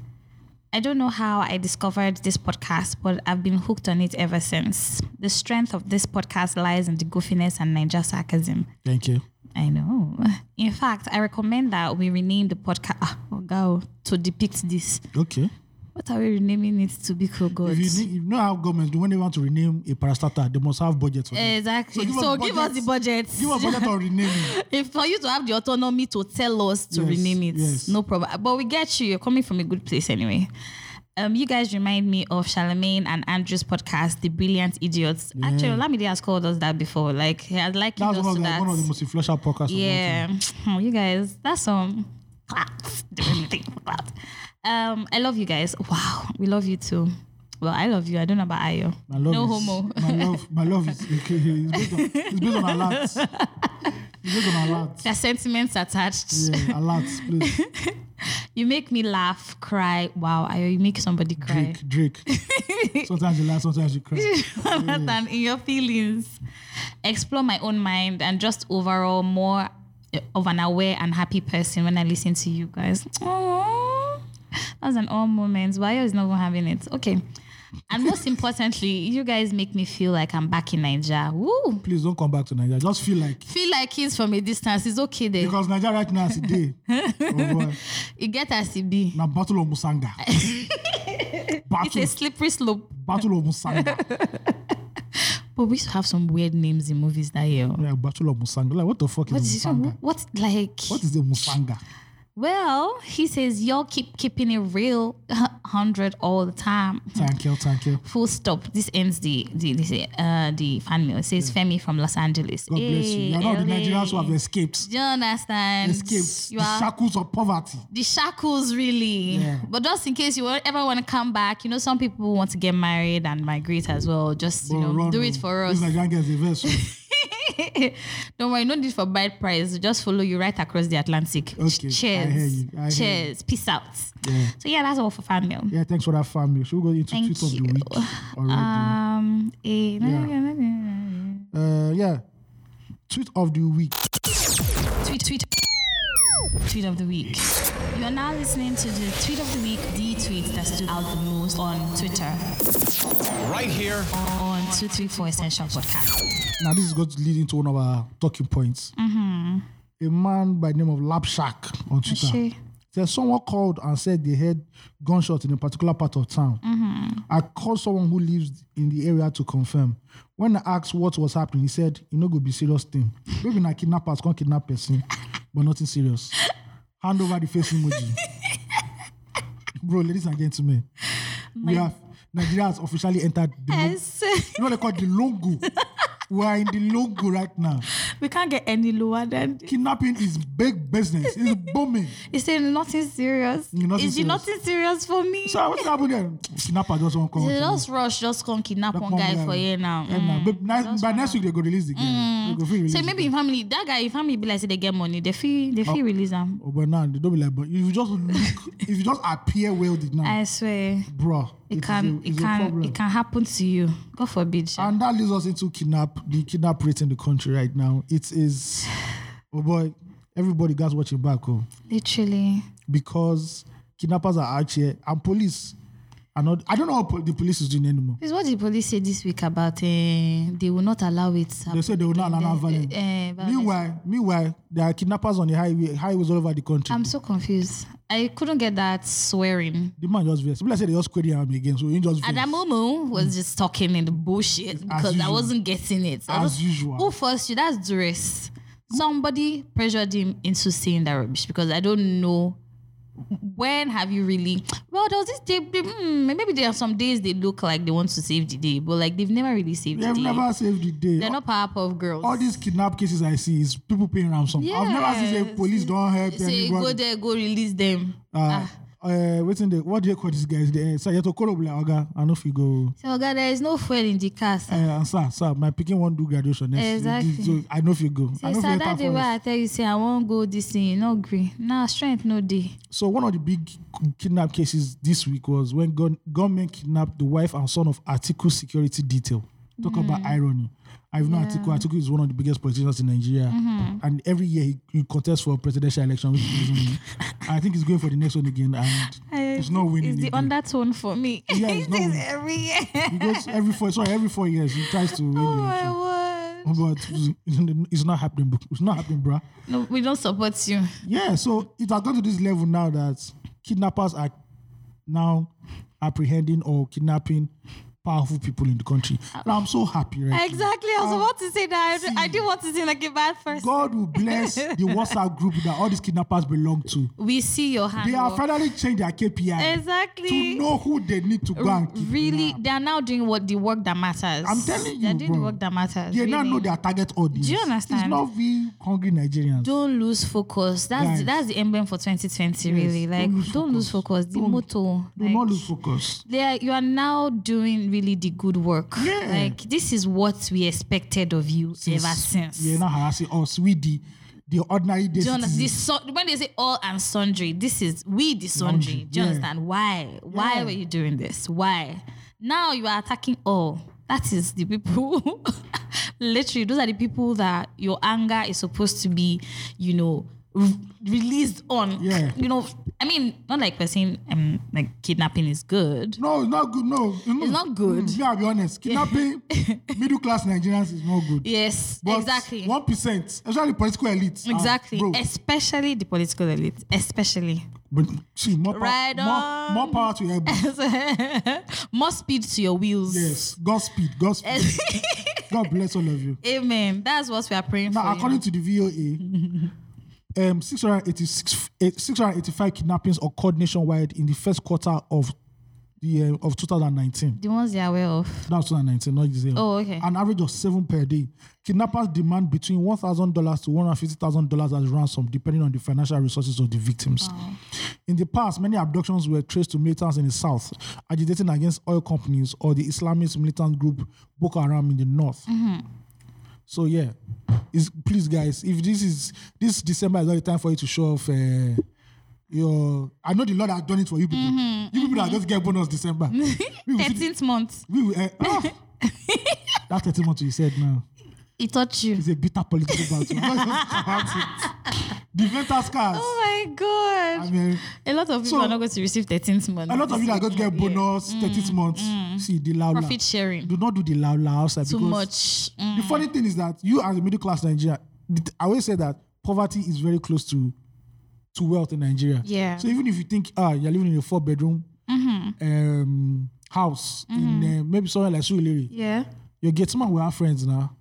Speaker 1: I don't know how I discovered this podcast, but I've been hooked on it ever since. The strength of this podcast lies in the goofiness and Niger sarcasm.
Speaker 2: Thank you.
Speaker 1: I know. In fact, I recommend that we rename the podcast oh, girl, to depict this.
Speaker 2: Okay.
Speaker 1: What are we renaming it to be called God?
Speaker 2: If you, need, if you know how governments do when they want to rename a parastatal, they must have budget
Speaker 1: Eh,
Speaker 2: for it.
Speaker 1: Exactly.
Speaker 2: Mm-hmm. So give us
Speaker 1: So give us the budget.
Speaker 2: Give us budget on renaming.
Speaker 1: <laughs> If for you to have the autonomy to tell us to
Speaker 2: Yes,
Speaker 1: rename it,
Speaker 2: yes.
Speaker 1: no problem. But we get you. You're coming from a good place anyway. Um, you guys remind me of Charlemagne and Andrew's podcast, The Brilliant Idiots. Actually, Lamide has called us that before. Like he has likened
Speaker 2: That's
Speaker 1: us
Speaker 2: one
Speaker 1: to
Speaker 2: of, the,
Speaker 1: that.
Speaker 2: one of the most influential podcasts. of all time.
Speaker 1: Yeah, Hmm, you guys, that's some claps. Do anything claps. Um, I love you guys. Wow, we love you too. Well, I love you. I don't know about Ayo.
Speaker 2: My love
Speaker 1: no
Speaker 2: is,
Speaker 1: homo.
Speaker 2: My love, my love is, okay, it's, based on, it's
Speaker 1: <laughs>
Speaker 2: based on alert. It's based on alert.
Speaker 1: There are sentiments attached.
Speaker 2: Yeah, alert, please.
Speaker 1: You make me laugh, cry. Wow, Ayo, you make somebody <laughs> cry.
Speaker 2: Drake, Drake. Sometimes you laugh, sometimes you cry.
Speaker 1: Jonathan, in your feelings. Explore my own mind and just overall more of an aware and happy person when I listen to you guys. Aww. That was an all moment. Why is not even having it? Okay. And most importantly, you guys make me feel like I'm back in Nigeria. Woo!
Speaker 2: Please don't come back to Nigeria. Just feel like
Speaker 1: Feel like it's from a distance. It's okay there.
Speaker 2: because Nigeria right now is
Speaker 1: <laughs>
Speaker 2: a day. Oh boy.
Speaker 1: You get as it be.
Speaker 2: Now battle of
Speaker 1: <laughs>
Speaker 2: Musanga.
Speaker 1: It's
Speaker 2: battle,
Speaker 1: a slippery slope.
Speaker 2: battle
Speaker 1: <laughs>
Speaker 2: of Musanga.
Speaker 1: But we used to have some weird names in movies that year.
Speaker 2: Yeah, battle of Musanga. Like what the fuck is
Speaker 1: What
Speaker 2: a
Speaker 1: is
Speaker 2: Musanga?
Speaker 1: what like
Speaker 2: Mm-hmm. What is a Musanga?
Speaker 1: Well, he says y'all keep keeping it real, <laughs> hundred all the time.
Speaker 2: Thank you, thank you.
Speaker 1: Full stop. This ends the the the, uh, the fan mail. It says Femi from Los Angeles.
Speaker 2: God bless you. You are not the Nigerians who have escaped.
Speaker 1: Do you understand?
Speaker 2: Escaped
Speaker 1: You
Speaker 2: the
Speaker 1: are
Speaker 2: shackles of poverty.
Speaker 1: the shackles, really.
Speaker 2: Yeah.
Speaker 1: But just in case you ever want to come back, you know, some people want to get married and migrate as well. Just you
Speaker 2: Bro,
Speaker 1: know,
Speaker 2: run,
Speaker 1: do
Speaker 2: oh.
Speaker 1: it for us.
Speaker 2: These Nigerian girls, they
Speaker 1: <laughs>
Speaker 2: vex, oh.
Speaker 1: Don't worry, no need for bride price. Just follow you right across the Atlantic.
Speaker 2: Okay, I
Speaker 1: Cheers.
Speaker 2: hear you, I hear you.
Speaker 1: Cheers. Peace out.
Speaker 2: Yeah.
Speaker 1: So yeah, that's all for fan mail.
Speaker 2: Yeah, thanks for that family. Should we go into
Speaker 1: Thank
Speaker 2: tweets of
Speaker 1: you.
Speaker 2: the week already?
Speaker 1: Um, eh, na-
Speaker 2: Yeah.
Speaker 1: na- na- na- na-
Speaker 2: Uh, yeah. Tweet of the week.
Speaker 1: tweet, tweet, tweet of the week. You are now listening to the tweet of the week, the tweet that stood out the most on Twitter
Speaker 3: Right here.
Speaker 1: on 234 Essential Podcast.
Speaker 2: Now this is going to lead into one of our talking points.
Speaker 1: Mm-hmm.
Speaker 2: A man by the name of Lapshack on Twitter
Speaker 1: She,
Speaker 2: said someone called and said they heard gunshot in a particular part of town. I called someone who lives in the area to confirm. When I asked what was happening, he said, "You know, go be serious thing. Maybe na kidnappers can't kidnap person, but nothing serious. Hand over the face emoji, <laughs> bro, ladies and gentlemen. we have Nigeria has officially entered the lo-
Speaker 1: yes.
Speaker 2: you know what they call it? the logo. we are in the logo right now.
Speaker 1: <laughs> we can't get any lower than this.
Speaker 2: Kidnapping is big business. It's booming.
Speaker 1: It's saying nothing serious.
Speaker 2: Nothing
Speaker 1: Is it
Speaker 2: serious.
Speaker 1: nothing serious for me?
Speaker 2: So what's happening? Kidnapper just won't come.
Speaker 1: They just rush, just come kidnap one guy for you now. Mm.
Speaker 2: Yeah, now. But ni- by next week they go release the guy. They go free release.
Speaker 1: So
Speaker 2: him.
Speaker 1: maybe in family, that guy, in family, be like, say they get money, they feel, they feel release them.
Speaker 2: Oh, but now they don't be like. But if you just
Speaker 1: <laughs>
Speaker 2: look, if you just appear wealthy now,
Speaker 1: I swear,
Speaker 2: bruh,
Speaker 1: it
Speaker 2: is
Speaker 1: can,
Speaker 2: a-
Speaker 1: it
Speaker 2: it's a
Speaker 1: can,
Speaker 2: problem.
Speaker 1: it can happen to you. God forbid. sha.
Speaker 2: And that leads us into kidnap the kidnap rate in the country right now. It is, <sighs> oh boy, everybody guys watching back home.
Speaker 1: Literally,
Speaker 2: because kidnappers are out here and police are not. I don't know what pol- the police is doing anymore.
Speaker 1: this is what the police say this week about. eh, they will not allow it. to
Speaker 2: They
Speaker 1: happen.
Speaker 2: say they will not allow violence.
Speaker 1: Eh, eh, violence.
Speaker 2: Meanwhile, meanwhile, there are kidnappers on the highway, highways all over the country.
Speaker 1: I'm so confused. I couldn't get that swearing.
Speaker 2: the man just vex. People say they just query him again, so he just vex.
Speaker 1: Adamomo was just talking in the bullshit because I
Speaker 2: usual.
Speaker 1: wasn't getting it. I
Speaker 2: As
Speaker 1: was-
Speaker 2: usual.
Speaker 1: Who forced you? That's duress. Somebody pressured him into saying that rubbish because I don't know. When have you really? Well, there was this day. they- hmm, maybe there are some days they look like they want to save the day, but like they've never really saved
Speaker 2: They have
Speaker 1: the day.
Speaker 2: never saved the day.
Speaker 1: They're not Powerpuff Girls.
Speaker 2: all these kidnap cases I see is people paying ransom. I've never seen say
Speaker 1: Yes.
Speaker 2: police don't help
Speaker 1: Say go Ah.
Speaker 2: anybody.
Speaker 1: there, go release them.
Speaker 2: Uh, uh, wait in the what do you call these guys? The, uh, sir, you have to call up like, Oga, I know if you go.
Speaker 1: So, God, there is no fuel in the car. sir.
Speaker 2: Uh, and sir, sir, my picking won't do graduation next year.
Speaker 1: Exactly.
Speaker 2: So I know if you go. I
Speaker 1: Say,
Speaker 2: know if you
Speaker 1: sir,
Speaker 2: enter
Speaker 1: that day
Speaker 2: forest."
Speaker 1: where I tell you, say I won't go this thing, you no green. Nah, strength no day.
Speaker 2: So one of the big kidnap cases this week was when gun- gunmen kidnapped the wife and son of Atiku security detail.
Speaker 1: Hmm.
Speaker 2: Talk about irony. I've known Atiku. Atiku is one of the biggest politicians in Nigeria,
Speaker 1: Mm-hmm.
Speaker 2: and every year he, he contests for presidential election. Which he doesn't
Speaker 1: <laughs>
Speaker 2: win. I think he's going for the next one again, and he's not winning.
Speaker 1: It's the
Speaker 2: again.
Speaker 1: undertone for
Speaker 2: <laughs>
Speaker 1: me.
Speaker 2: Yeah,
Speaker 1: <laughs>
Speaker 2: it's not
Speaker 1: This
Speaker 2: winning.
Speaker 1: every year.
Speaker 2: He goes every four. Sorry, every four years he tries to
Speaker 1: <laughs>
Speaker 2: win.
Speaker 1: Oh
Speaker 2: the election.
Speaker 1: my word.
Speaker 2: But it's not happening. bro. It's not happening, bruh.
Speaker 1: No, we don't support you.
Speaker 2: Yeah, so it has gone to this level now that kidnappers are now apprehending or kidnapping powerful people in the country. And I'm so happy, right? now.
Speaker 1: Exactly. I was about to say that. I, I didn't want to seem like a bad person.
Speaker 2: God will bless the WhatsApp group that all these kidnappers belong to.
Speaker 1: We see your hand. oh.
Speaker 2: They have finally changed their KPI to
Speaker 1: exactly.
Speaker 2: know who they need to go and kidnap.
Speaker 1: really, they are now doing what the work that matters.
Speaker 2: I'm telling
Speaker 1: they're
Speaker 2: you,
Speaker 1: doing
Speaker 2: bro.
Speaker 1: the work that matters.
Speaker 2: They now
Speaker 1: really.
Speaker 2: know their target audience.
Speaker 1: Do you understand?
Speaker 2: It's not we hungry Nigerians.
Speaker 1: don't lose focus. That's the,
Speaker 2: Guys.
Speaker 1: that's the emblem for 2020. Really,
Speaker 2: Yes,
Speaker 1: like don't lose focus. The
Speaker 2: Don't-
Speaker 1: motto.
Speaker 2: Do
Speaker 1: like,
Speaker 2: not lose focus.
Speaker 1: they are, you are now doing really the good work.
Speaker 2: Yeah.
Speaker 1: Like this is what we expected of you ever since.
Speaker 2: You're not harassing us. We the, the ordinary day
Speaker 1: Do you understand?
Speaker 2: citizens.
Speaker 1: This so- when they say all and sundry, this is we the sundry.
Speaker 2: Sundry,
Speaker 1: Do you
Speaker 2: yeah.
Speaker 1: understand why? Why
Speaker 2: Yeah.
Speaker 1: were you doing this? Why? Now you are attacking all. That is the people. <laughs> Literally, those are the people that your anger is supposed to be, you know, re- released on.
Speaker 2: Yeah.
Speaker 1: You know, I mean, not like we're saying um, like kidnapping is good.
Speaker 2: No, it's not good. No, it's not,
Speaker 1: not good.
Speaker 2: Mm, Yeah, I'll be
Speaker 1: <laughs>
Speaker 2: honest. Kidnapping middle class Nigerians is not good.
Speaker 1: Yes, exactly.
Speaker 2: One percent, especially political elites. are-
Speaker 1: Exactly,
Speaker 2: bro,
Speaker 1: especially the political elite, especially. <laughs>
Speaker 2: but see, more,
Speaker 1: Right
Speaker 2: power,
Speaker 1: on.
Speaker 2: more, more power to your
Speaker 1: <laughs>
Speaker 2: elbows.
Speaker 1: More speed to your wheels.
Speaker 2: yes. Godspeed. Godspeed. God bless all
Speaker 1: <laughs>
Speaker 2: of you.
Speaker 1: Amen. That's what we are praying
Speaker 2: Now,
Speaker 1: for. you.
Speaker 2: according to the VOA, um, 686, eh, 685 kidnappings occurred nationwide in the first quarter of the uh, of 2019.
Speaker 1: The ones they are aware of.
Speaker 2: That's 2019, not this year.
Speaker 1: Oh, okay.
Speaker 2: An average of seven per day. Kidnappers demand between $1,000 to $150,000 as ransom, depending on the financial resources of the victims. In the past, many abductions were traced to militants in the south, agitating against oil companies or the Islamist militant group Boko Haram in the north.
Speaker 1: Mm-hmm.
Speaker 2: So yeah, is please guys, if this is this December is not the time for you to show off. Uh, your, I know the Lord has done it for you people.
Speaker 1: Mm-hmm.
Speaker 2: you people that just get bonus
Speaker 1: <laughs>
Speaker 2: December. We will see the-
Speaker 1: 13th month.
Speaker 2: we will, uh,
Speaker 1: <laughs>
Speaker 2: ah. that 30 month you said now
Speaker 1: It taught you. <laughs>
Speaker 2: <laughs> is a bitter political battle. Let's just come at it. the renters cars.
Speaker 1: Oh my god.
Speaker 2: I mean,
Speaker 1: a lot of people
Speaker 2: So-
Speaker 1: are not going to receive 13th month.
Speaker 2: a lot of you are going to get bonus 13 months. See, the loud
Speaker 1: Mm, Profit sharing.
Speaker 2: Do not do the loud loud outside.
Speaker 1: Too
Speaker 2: because
Speaker 1: much. Mm.
Speaker 2: The funny thing is that you, as a middle class Nigeria, I always say that poverty is very close to to wealth in Nigeria.
Speaker 1: Yeah. Mm-hmm.
Speaker 2: So even if you think, ah, you're living in a four bedroom um, house in uh, maybe somewhere like Suileri,
Speaker 1: Yeah.
Speaker 2: your gate man will have friends now.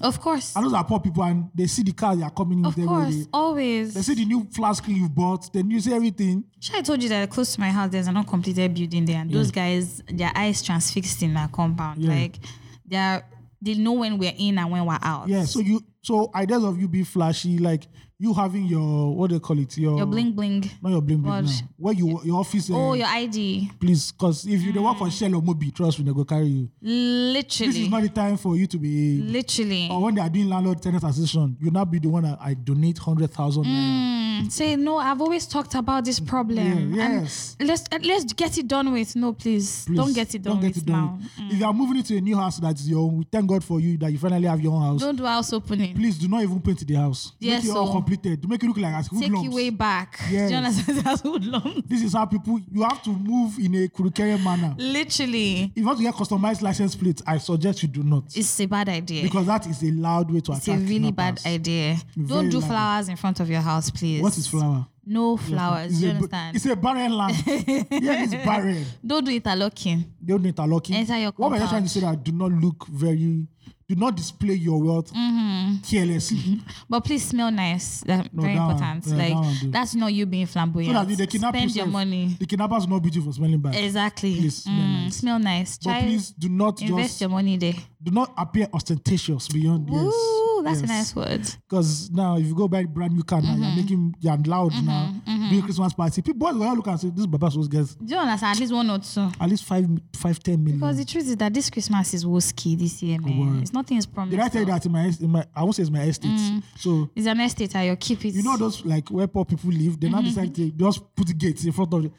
Speaker 1: Of course.
Speaker 2: And those are poor people, and they see the car they are coming in
Speaker 1: Of
Speaker 2: with every
Speaker 1: course.
Speaker 2: day.
Speaker 1: Always.
Speaker 2: They see the new flat screen you bought. Then you see everything.
Speaker 1: Sure, I told you that close to my house, there's an uncompleted building there, and those guys, their eyes transfixed in our compound.
Speaker 2: Yeah.
Speaker 1: Like, they're they know when we're in and when we're out.
Speaker 2: Yeah. So you, so ideas of you being flashy, like you having your what do they call it, your,
Speaker 1: your bling bling.
Speaker 2: not your bling
Speaker 1: What?
Speaker 2: bling, now. where you your office. uh,
Speaker 1: Oh, Mm. your ID.
Speaker 2: please, because if you don't work for Shell or Mobi, trust me, they go carry you. This
Speaker 1: Literally.
Speaker 2: is Oh, not the time for you to be.
Speaker 1: Literally.
Speaker 2: Or when they are doing landlord tenant association, you now be the one that I donate hundred thousand.
Speaker 1: Mm, Say no. I've always talked about this problem.
Speaker 2: Mm, Yeah,
Speaker 1: and
Speaker 2: yes.
Speaker 1: Let's uh, let's get it done with. No, please,
Speaker 2: Please,
Speaker 1: Mm, don't get it done with now. Mm.
Speaker 2: If you are moving into a new house that's your own, we thank God for you that you finally have your own house.
Speaker 1: Don't do house opening.
Speaker 2: Please do not even paint the house.
Speaker 1: Yes,
Speaker 2: make it all
Speaker 1: so-
Speaker 2: completed. To make it look like as
Speaker 1: Take
Speaker 2: hoodlums.
Speaker 1: you way back.
Speaker 2: Yes.
Speaker 1: Do you understand? <laughs> That's hoodlum.
Speaker 2: This is how people you have to move in a Kurukere manner.
Speaker 1: Literally,
Speaker 2: If you want to get customized license plates, I suggest you do not.
Speaker 1: it's a bad idea.
Speaker 2: because that is a loud way to
Speaker 1: It's a
Speaker 2: attack
Speaker 1: really bad
Speaker 2: kidnappers.
Speaker 1: idea.
Speaker 2: Very
Speaker 1: Don't do
Speaker 2: loud.
Speaker 1: flowers in front of your house, please.
Speaker 2: What is flower?
Speaker 1: No flowers.
Speaker 2: It's
Speaker 1: Do you
Speaker 2: a,
Speaker 1: Oh, understand?
Speaker 2: it's a barren land.
Speaker 1: <laughs>
Speaker 2: yeah, it's barren.
Speaker 1: Don't do interlocking.
Speaker 2: They don't interlocking.
Speaker 1: Enter your
Speaker 2: What am I trying to
Speaker 1: compound.
Speaker 2: say that do not look very, do not display your wealth
Speaker 1: Mm-hmm.
Speaker 2: carelessly.
Speaker 1: But please smell nice. That's
Speaker 2: No,
Speaker 1: very
Speaker 2: that one.
Speaker 1: important.
Speaker 2: Yeah, that one
Speaker 1: like
Speaker 2: do.
Speaker 1: that's not you being
Speaker 2: So
Speaker 1: flamboyant.
Speaker 2: that the kidnappers,
Speaker 1: Spend your money. Eh,
Speaker 2: The kidnappers will not beautiful for smelling bad.
Speaker 1: Exactly.
Speaker 2: Please smell
Speaker 1: Mm,
Speaker 2: nice.
Speaker 1: smell nice.
Speaker 2: but
Speaker 1: Try
Speaker 2: please do not
Speaker 1: invest
Speaker 2: just
Speaker 1: your money there.
Speaker 2: do not appear ostentatious beyond yes.
Speaker 1: Ooh, that's
Speaker 2: yes.
Speaker 1: a nice Mm-hmm. word.
Speaker 2: Because now, if you go buy brand new car now, you're making you're loud
Speaker 1: Mm-hmm,
Speaker 2: now. Doing Christmas party, people boys will look and say, "This Baba supposed gets
Speaker 1: Do you understand? At least one or two.
Speaker 2: at least five, five, ten million.
Speaker 1: Because the truth is that this Christmas is wooski this year, man.
Speaker 2: worry.
Speaker 1: It's nothing is promised.
Speaker 2: Did I tell you that in my, est- in my I won't say it's my estate.
Speaker 1: Mm.
Speaker 2: So
Speaker 1: It's an estate. I will keep it.
Speaker 2: you know those like where poor people live, they now
Speaker 1: Mm-hmm.
Speaker 2: decide to just put gates in front of the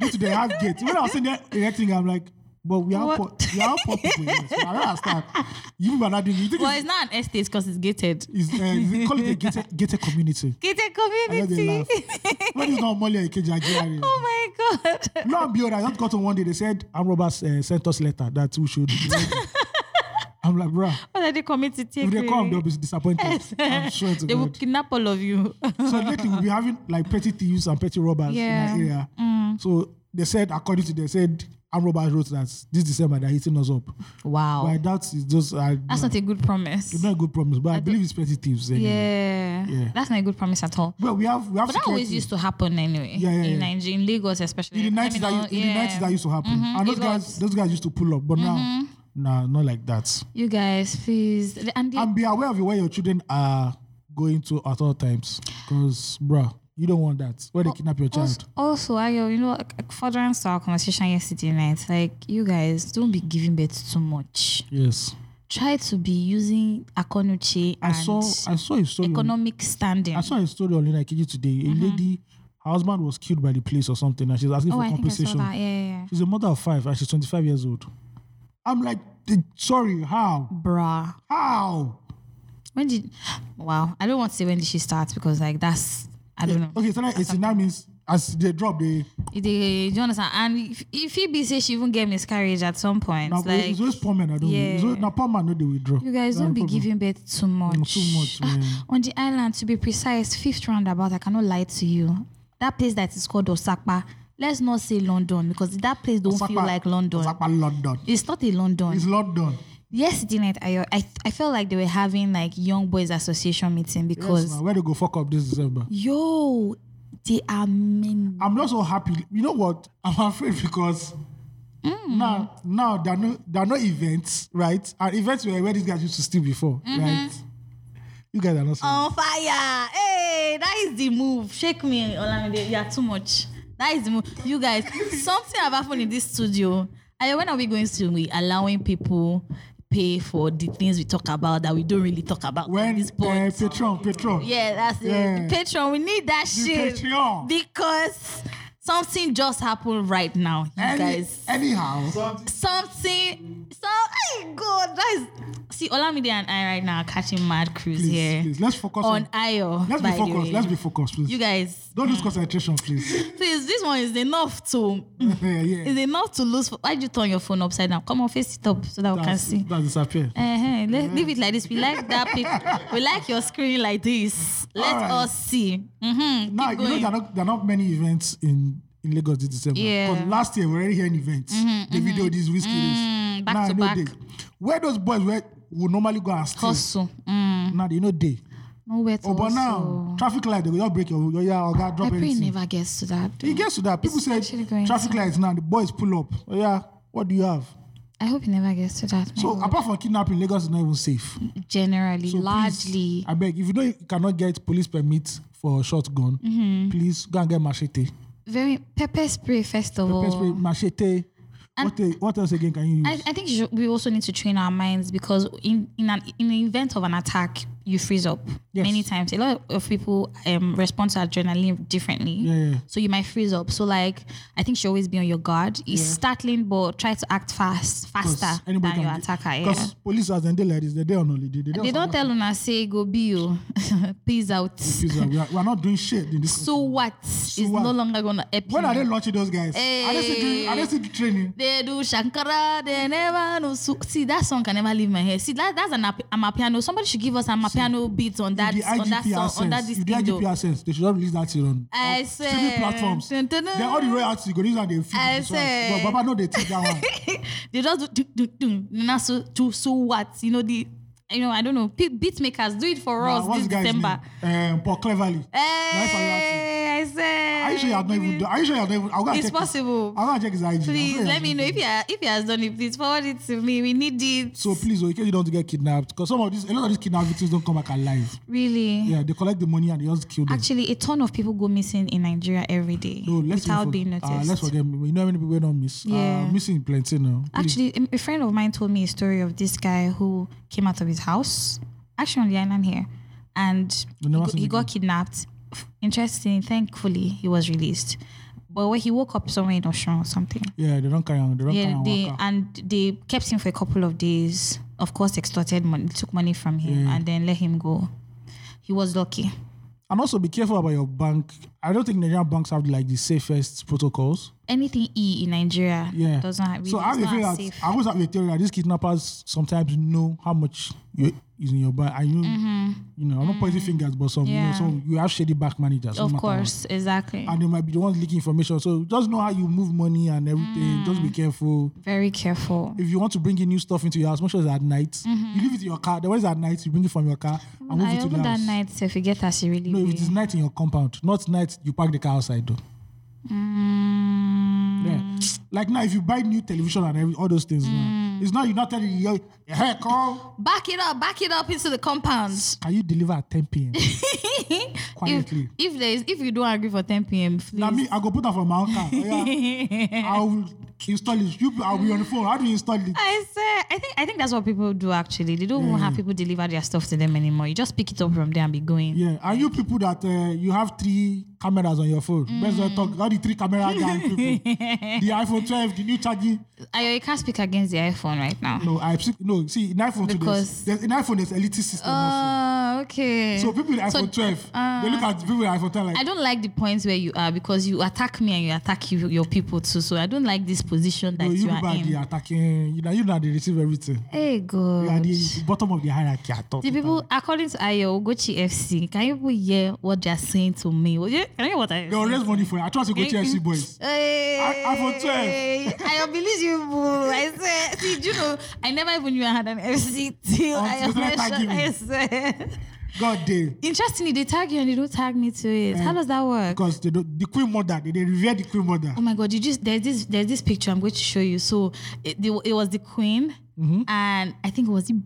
Speaker 2: due to they have gates. When I was saying that erecting, I'm like, but we are
Speaker 1: What?
Speaker 2: poor we are poor people in this. I don't understand. You people are not doing it. You think
Speaker 1: well,
Speaker 2: it's,
Speaker 1: it's not an estate because it's gated.
Speaker 2: it's, uh, is it- call it a gated, gated community.
Speaker 1: Gated
Speaker 2: I know they
Speaker 1: community.
Speaker 2: laugh. When it's not Molly or Ikeja
Speaker 1: <laughs> Oh my god.
Speaker 2: Lo and behold, I just got on one day, they said Ann Roberts uh, sent us letter that we should <laughs> I'm like, bruh,
Speaker 1: What are they committed to take?
Speaker 2: if they come, they'll
Speaker 1: really?
Speaker 2: be
Speaker 1: <laughs>
Speaker 2: disappointed. I'm sure to
Speaker 1: They will
Speaker 2: God.
Speaker 1: kidnap all of you. <laughs>
Speaker 2: So lately we'll be having like petty thieves and petty robbers
Speaker 1: Yeah. Mm.
Speaker 2: in our area. So they said, according to they said, armed robbers wrote that this December they're hitting us up. But I
Speaker 1: wow.
Speaker 2: doubt it's just I,
Speaker 1: That's not a good promise.
Speaker 2: it's not a good promise, but I, believe it's petty thieves. Anyway.
Speaker 1: Yeah.
Speaker 2: Yeah.
Speaker 1: That's not a good promise at all.
Speaker 2: Well, we have we have
Speaker 1: But that always
Speaker 2: security.
Speaker 1: used to happen anyway.
Speaker 2: Yeah, yeah,
Speaker 1: in
Speaker 2: yeah.
Speaker 1: Nigeria, in Lagos especially.
Speaker 2: in the
Speaker 1: Let
Speaker 2: nineties
Speaker 1: me
Speaker 2: that
Speaker 1: know-
Speaker 2: u- in the nineties that used to happen. And those
Speaker 1: oh, Mm-hmm. it
Speaker 2: guys
Speaker 1: was. Mm-hmm.
Speaker 2: those guys used to pull up, but now nah, not like that.
Speaker 1: You guys, please. And the,
Speaker 2: And be aware of where your children are going to at all times. Because bruh, you don't want that.
Speaker 1: Oh,
Speaker 2: Where they kidnap your
Speaker 1: also,
Speaker 2: child.
Speaker 1: also, Ayo, you know, like, furtherance to our conversation yesterday night, like, you guys, don't be giving birth too much.
Speaker 2: Yes.
Speaker 1: Try to be using Akonuchi
Speaker 2: I
Speaker 1: and
Speaker 2: saw I saw a story on
Speaker 1: economic standing.
Speaker 2: I saw a story on Linakiji today. A lady, her husband was killed by the police or something, and she's asking
Speaker 1: Mm-hmm. oh,
Speaker 2: for
Speaker 1: I think I saw
Speaker 2: compensation.
Speaker 1: that. Yeah, yeah, yeah.
Speaker 2: She's a mother of five, and she's 25 years old. I'm like, "Eh, sorry, how?
Speaker 1: Bruh.
Speaker 2: How?
Speaker 1: When did. Wow. I don't want to say when did she start because, like, that's. I don't know.
Speaker 2: Okay, so like, it's that means as they drop, they
Speaker 1: It dey- do you understand? And if, if it be say she even get miscarriage at some point,
Speaker 2: now
Speaker 1: like
Speaker 2: it's always poor men. I don't. Yeah. It's always,
Speaker 1: yeah.
Speaker 2: now poor man, no, they withdraw.
Speaker 1: you guys
Speaker 2: That's
Speaker 1: don't
Speaker 2: the
Speaker 1: be
Speaker 2: problem.
Speaker 1: giving birth too much.
Speaker 2: too much,
Speaker 1: Ah,
Speaker 2: man.
Speaker 1: <laughs> On the island, to be precise, fifth roundabout. I cannot lie to you. That place that is called Osaka. Let's not say London because that place don't feel
Speaker 2: Osapa-
Speaker 1: like London.
Speaker 2: Osapa, London.
Speaker 1: It's not a London.
Speaker 2: It's London.
Speaker 1: Yesterday night, I, I I felt like they were having like young boys association meeting because
Speaker 2: Yes, now, where they go fuck up this December?
Speaker 1: yo, they are men.
Speaker 2: I'm not so happy. You know what? <laughs> I'm afraid because
Speaker 1: Hmm.
Speaker 2: now now there are no there are no events, right? And events were where these guys used to steal before,
Speaker 1: Mm-hmm.
Speaker 2: right? You guys are not so
Speaker 1: on fire. Hey, that is the move. Shake me, Olamide. You are too much. That is the move. You guys, something have happened in this studio. Ayo, when are we going to be allowing people pay for the things we talk about that we don't really talk about?
Speaker 2: when
Speaker 1: at this
Speaker 2: uh,
Speaker 1: point.
Speaker 2: Patron, Patron.
Speaker 1: yeah, that's
Speaker 2: Yeah.
Speaker 1: it. The Patreon, we need that shit
Speaker 2: Patreon.
Speaker 1: because something just happened right now, you
Speaker 2: Any-
Speaker 1: guys.
Speaker 2: Anyhow,
Speaker 1: Something, so, hey God, that is See, Olamide and I right now are catching mad cruise
Speaker 2: Please,
Speaker 1: here
Speaker 2: please, let's focus
Speaker 1: on
Speaker 2: on-
Speaker 1: Ayo.
Speaker 2: Let's be
Speaker 1: by the
Speaker 2: focused.
Speaker 1: way.
Speaker 2: Let's be focused, please.
Speaker 1: You guys, Mm.
Speaker 2: Don't lose concentration, please.
Speaker 1: please, this one is enough to
Speaker 2: yeah, yeah.
Speaker 1: is enough to lose. Why'd you turn your phone upside down? Come on, face it up so that we can
Speaker 2: That's, Mm-hmm.
Speaker 1: see.
Speaker 2: that disappear.
Speaker 1: Uh-huh. Let, leave it like this. We like that pic. we like your screen like this. Let
Speaker 2: Alright.
Speaker 1: us see. Mm-hmm.
Speaker 2: now
Speaker 1: Keep
Speaker 2: you know
Speaker 1: going.
Speaker 2: there are, not, there are not many events in in Lagos this December.
Speaker 1: Yeah. Mm-hmm, Mm,
Speaker 2: 'Cause last year we already hearing events. the video this whiskey is
Speaker 1: back
Speaker 2: now
Speaker 1: to
Speaker 2: I know
Speaker 1: back.
Speaker 2: They, where those boys were would normally go and steal.
Speaker 1: Hustle. Mm.
Speaker 2: Now they know they.
Speaker 1: Nowhere to
Speaker 2: Oh, but
Speaker 1: hustle.
Speaker 2: now traffic light they will just break your your yeah or drop
Speaker 1: I pray it
Speaker 2: everything.
Speaker 1: never gets to that.
Speaker 2: It gets to that. People
Speaker 1: It's
Speaker 2: say
Speaker 1: actually going
Speaker 2: traffic
Speaker 1: to.
Speaker 2: lights now the boys pull up. Oh yeah, what do you have?
Speaker 1: I hope it never gets to that. my
Speaker 2: So
Speaker 1: God.
Speaker 2: apart from kidnapping, Lagos is not even safe.
Speaker 1: generally,
Speaker 2: So
Speaker 1: largely,
Speaker 2: please, I beg if you know you cannot get police permit for shotgun,
Speaker 1: Mm-hmm.
Speaker 2: please go and get machete.
Speaker 1: very pepper spray first of all.
Speaker 2: Pepper spray, machete. What, e- what else again can you use?
Speaker 1: I, I think you should- we also need to train our minds because in in an in the event of an attack, you freeze up
Speaker 2: Yes.
Speaker 1: many times. A lot of people um, respond to adrenaline differently,
Speaker 2: Yeah, yeah.
Speaker 1: so you might freeze up. So like, I think you should always be on your guard. It's startling, but try to act fast,
Speaker 2: 'Cause
Speaker 1: faster than
Speaker 2: anybody
Speaker 1: your
Speaker 2: can-
Speaker 1: attacker. Yeah.
Speaker 2: Because police as in like this, they're there on holiday. They don't,
Speaker 1: They don't tell una say go be you, <laughs> peace out.
Speaker 2: Police are- we are, we are not doing shit in this.
Speaker 1: So what is
Speaker 2: what?
Speaker 1: no longer gonna help
Speaker 2: when
Speaker 1: you.
Speaker 2: are they launching those guys? Are they still doing? Are they still training?
Speaker 1: They do Shankara, they never know. So, see, that song can never leave my head. See, that, that's an Amap- Amapiano. Somebody should give us an Amapiano beat on that,
Speaker 2: the
Speaker 1: on that
Speaker 2: IGP
Speaker 1: song,
Speaker 2: access,
Speaker 1: on that this
Speaker 2: if the
Speaker 1: thing,
Speaker 2: IGP
Speaker 1: though.
Speaker 2: access, they should not release that shit on
Speaker 1: I
Speaker 2: on
Speaker 1: said-
Speaker 2: streaming platforms.
Speaker 1: Dun, dun, dun.
Speaker 2: They're all the royalties you go use and they feed
Speaker 1: I
Speaker 2: this one.
Speaker 1: said-
Speaker 2: But Baba no, they take that
Speaker 1: <laughs>
Speaker 2: one.
Speaker 1: They just do, do, do, do. Now, so, to, so what? You know, the, you know, I don't know. Pe- Beat makers, do it for
Speaker 2: Nah,
Speaker 1: us
Speaker 2: what's
Speaker 1: this
Speaker 2: the guy's
Speaker 1: December.
Speaker 2: name? Um, Paul Cleverly. That's a royalty.
Speaker 1: Hey, I said.
Speaker 2: Are you sure you have not even done? Are you sure you have not even? I'll go and
Speaker 1: Eh, It's
Speaker 2: check his-
Speaker 1: possible.
Speaker 2: I'll go and check his IG. I'm sure he
Speaker 1: Please
Speaker 2: has
Speaker 1: let
Speaker 2: not
Speaker 1: me know
Speaker 2: done
Speaker 1: if he, ha- if he has done it. Please forward it to me. We need it.
Speaker 2: So please, oh, in case you don't get kidnapped, because some of these, a lot of these kidnapped victims don't come back alive.
Speaker 1: really?
Speaker 2: Yeah, they collect the money and they just kill them.
Speaker 1: Actually, a ton of people go missing in Nigeria every day
Speaker 2: No, let's
Speaker 1: without
Speaker 2: not for-
Speaker 1: being noticed.
Speaker 2: ah, let's forget. You know how many people don't miss.
Speaker 1: Yeah.
Speaker 2: Uh, missing plenty now. Please.
Speaker 1: Actually, a- a friend of mine told me a story of this guy who came out of his house, actually on the island here, and he,
Speaker 2: You never
Speaker 1: go-
Speaker 2: seen
Speaker 1: he
Speaker 2: the
Speaker 1: got kidnapped. Interesting, thankfully, he was released. But when he woke up somewhere in Oshun or something,
Speaker 2: yeah, they don't carry on. They don't carry
Speaker 1: yeah,
Speaker 2: on.
Speaker 1: they
Speaker 2: waka.
Speaker 1: and they kept him for a couple of days. Of course, extorted money, took money from him,
Speaker 2: Yeah.
Speaker 1: and then let him go. He was lucky.
Speaker 2: and also be careful about your bank. I don't think Nigerian banks have like the safest protocols.
Speaker 1: Anything E in Nigeria
Speaker 2: Yeah.
Speaker 1: doesn't have, really,
Speaker 2: so I
Speaker 1: it's
Speaker 2: have a
Speaker 1: not
Speaker 2: feeling
Speaker 1: as
Speaker 2: that
Speaker 1: safe.
Speaker 2: I always have a theory that these kidnappers sometimes know how much you- is in your bank. I know, you know, I'm not pointing fingers, but some, you
Speaker 1: Mm-hmm. Yeah.
Speaker 2: know, some you have shady bank managers. no
Speaker 1: Of
Speaker 2: matter what.
Speaker 1: course, exactly.
Speaker 2: and they might be the ones leaking information. So just know how you move money and everything.
Speaker 1: Mm.
Speaker 2: Just be careful.
Speaker 1: Very careful.
Speaker 2: If you want to bring in new stuff into your house, make sure it's at night. You leave it in your car. The one is at night, you bring it from your car and move
Speaker 1: Mm-hmm. I
Speaker 2: it to the
Speaker 1: opened that
Speaker 2: house.
Speaker 1: night, so if you get as you really
Speaker 2: no,
Speaker 1: will.
Speaker 2: if it is night in your compound, not night you park the car outside though.
Speaker 1: Mm.
Speaker 2: Yeah. Like now, if you buy new television and every, all those things,
Speaker 1: Mm.
Speaker 2: now, it's not you're not telling you, hey, come,
Speaker 1: Back it up, back it up into the compound.
Speaker 2: can you deliver at 10 p.m.
Speaker 1: <laughs> If,
Speaker 2: quietly?
Speaker 1: if there is, if you don't agree for 10 p.m., please.
Speaker 2: Now me, I go put that for my
Speaker 1: <laughs>
Speaker 2: own car. Oh, yeah. I will install it. You, I'll be on the phone. How do you install it?
Speaker 1: I say, I think, I think that's what people do actually. They don't even have people deliver their stuff to them anymore. You just pick it up from there and be going.
Speaker 2: Yeah, are you people that uh, you have three cameras on your phone?
Speaker 1: Mm.
Speaker 2: Best not talk. All the three camera gang
Speaker 1: <laughs>
Speaker 2: people. the iPhone 12, the new charging.
Speaker 1: I, you can't speak against the iPhone right now.
Speaker 2: No, I no. See, in iPhone too,
Speaker 1: Because-
Speaker 2: there's, there's in iPhone there's elitist system. also.
Speaker 1: Oh, okay.
Speaker 2: So people with iPhone
Speaker 1: so- uh,
Speaker 2: 12, they look at people with iPhone 10 like.
Speaker 1: I don't like the points where you are because you attack me and you attack you, your people too. So I don't like this position that
Speaker 2: "Oh,
Speaker 1: you,
Speaker 2: you people
Speaker 1: are
Speaker 2: are
Speaker 1: in.
Speaker 2: the attacking. You know, you know they receive everything.
Speaker 1: Hey,
Speaker 2: You
Speaker 1: God.
Speaker 2: are the bottom of the hierarchy. At top.
Speaker 1: The people, according to Ayo Ogochi FC, can you people hear what they are saying to me? Will you- Can you hear what I
Speaker 2: They will raise money for you. I trust you go
Speaker 1: Thank
Speaker 2: TFC
Speaker 1: you.
Speaker 2: boys.
Speaker 1: Hey,
Speaker 2: I- iPhone 12.
Speaker 1: <laughs> I believe you, boo. I said, see, do you know, I never even knew I had an FC till I
Speaker 2: Until they tag
Speaker 1: mentioned.
Speaker 2: you.
Speaker 1: I said,
Speaker 2: God damn.
Speaker 1: interestingly, they tag you and they don't tag me to it.
Speaker 2: Um,
Speaker 1: How does that work?
Speaker 2: Because they don't, the queen mother, they, they revere the queen mother.
Speaker 1: Oh my God! You just there's this there's this picture I'm going to show you. So it, the, it was the queen,
Speaker 2: Mm-hmm.
Speaker 1: and I think it was the,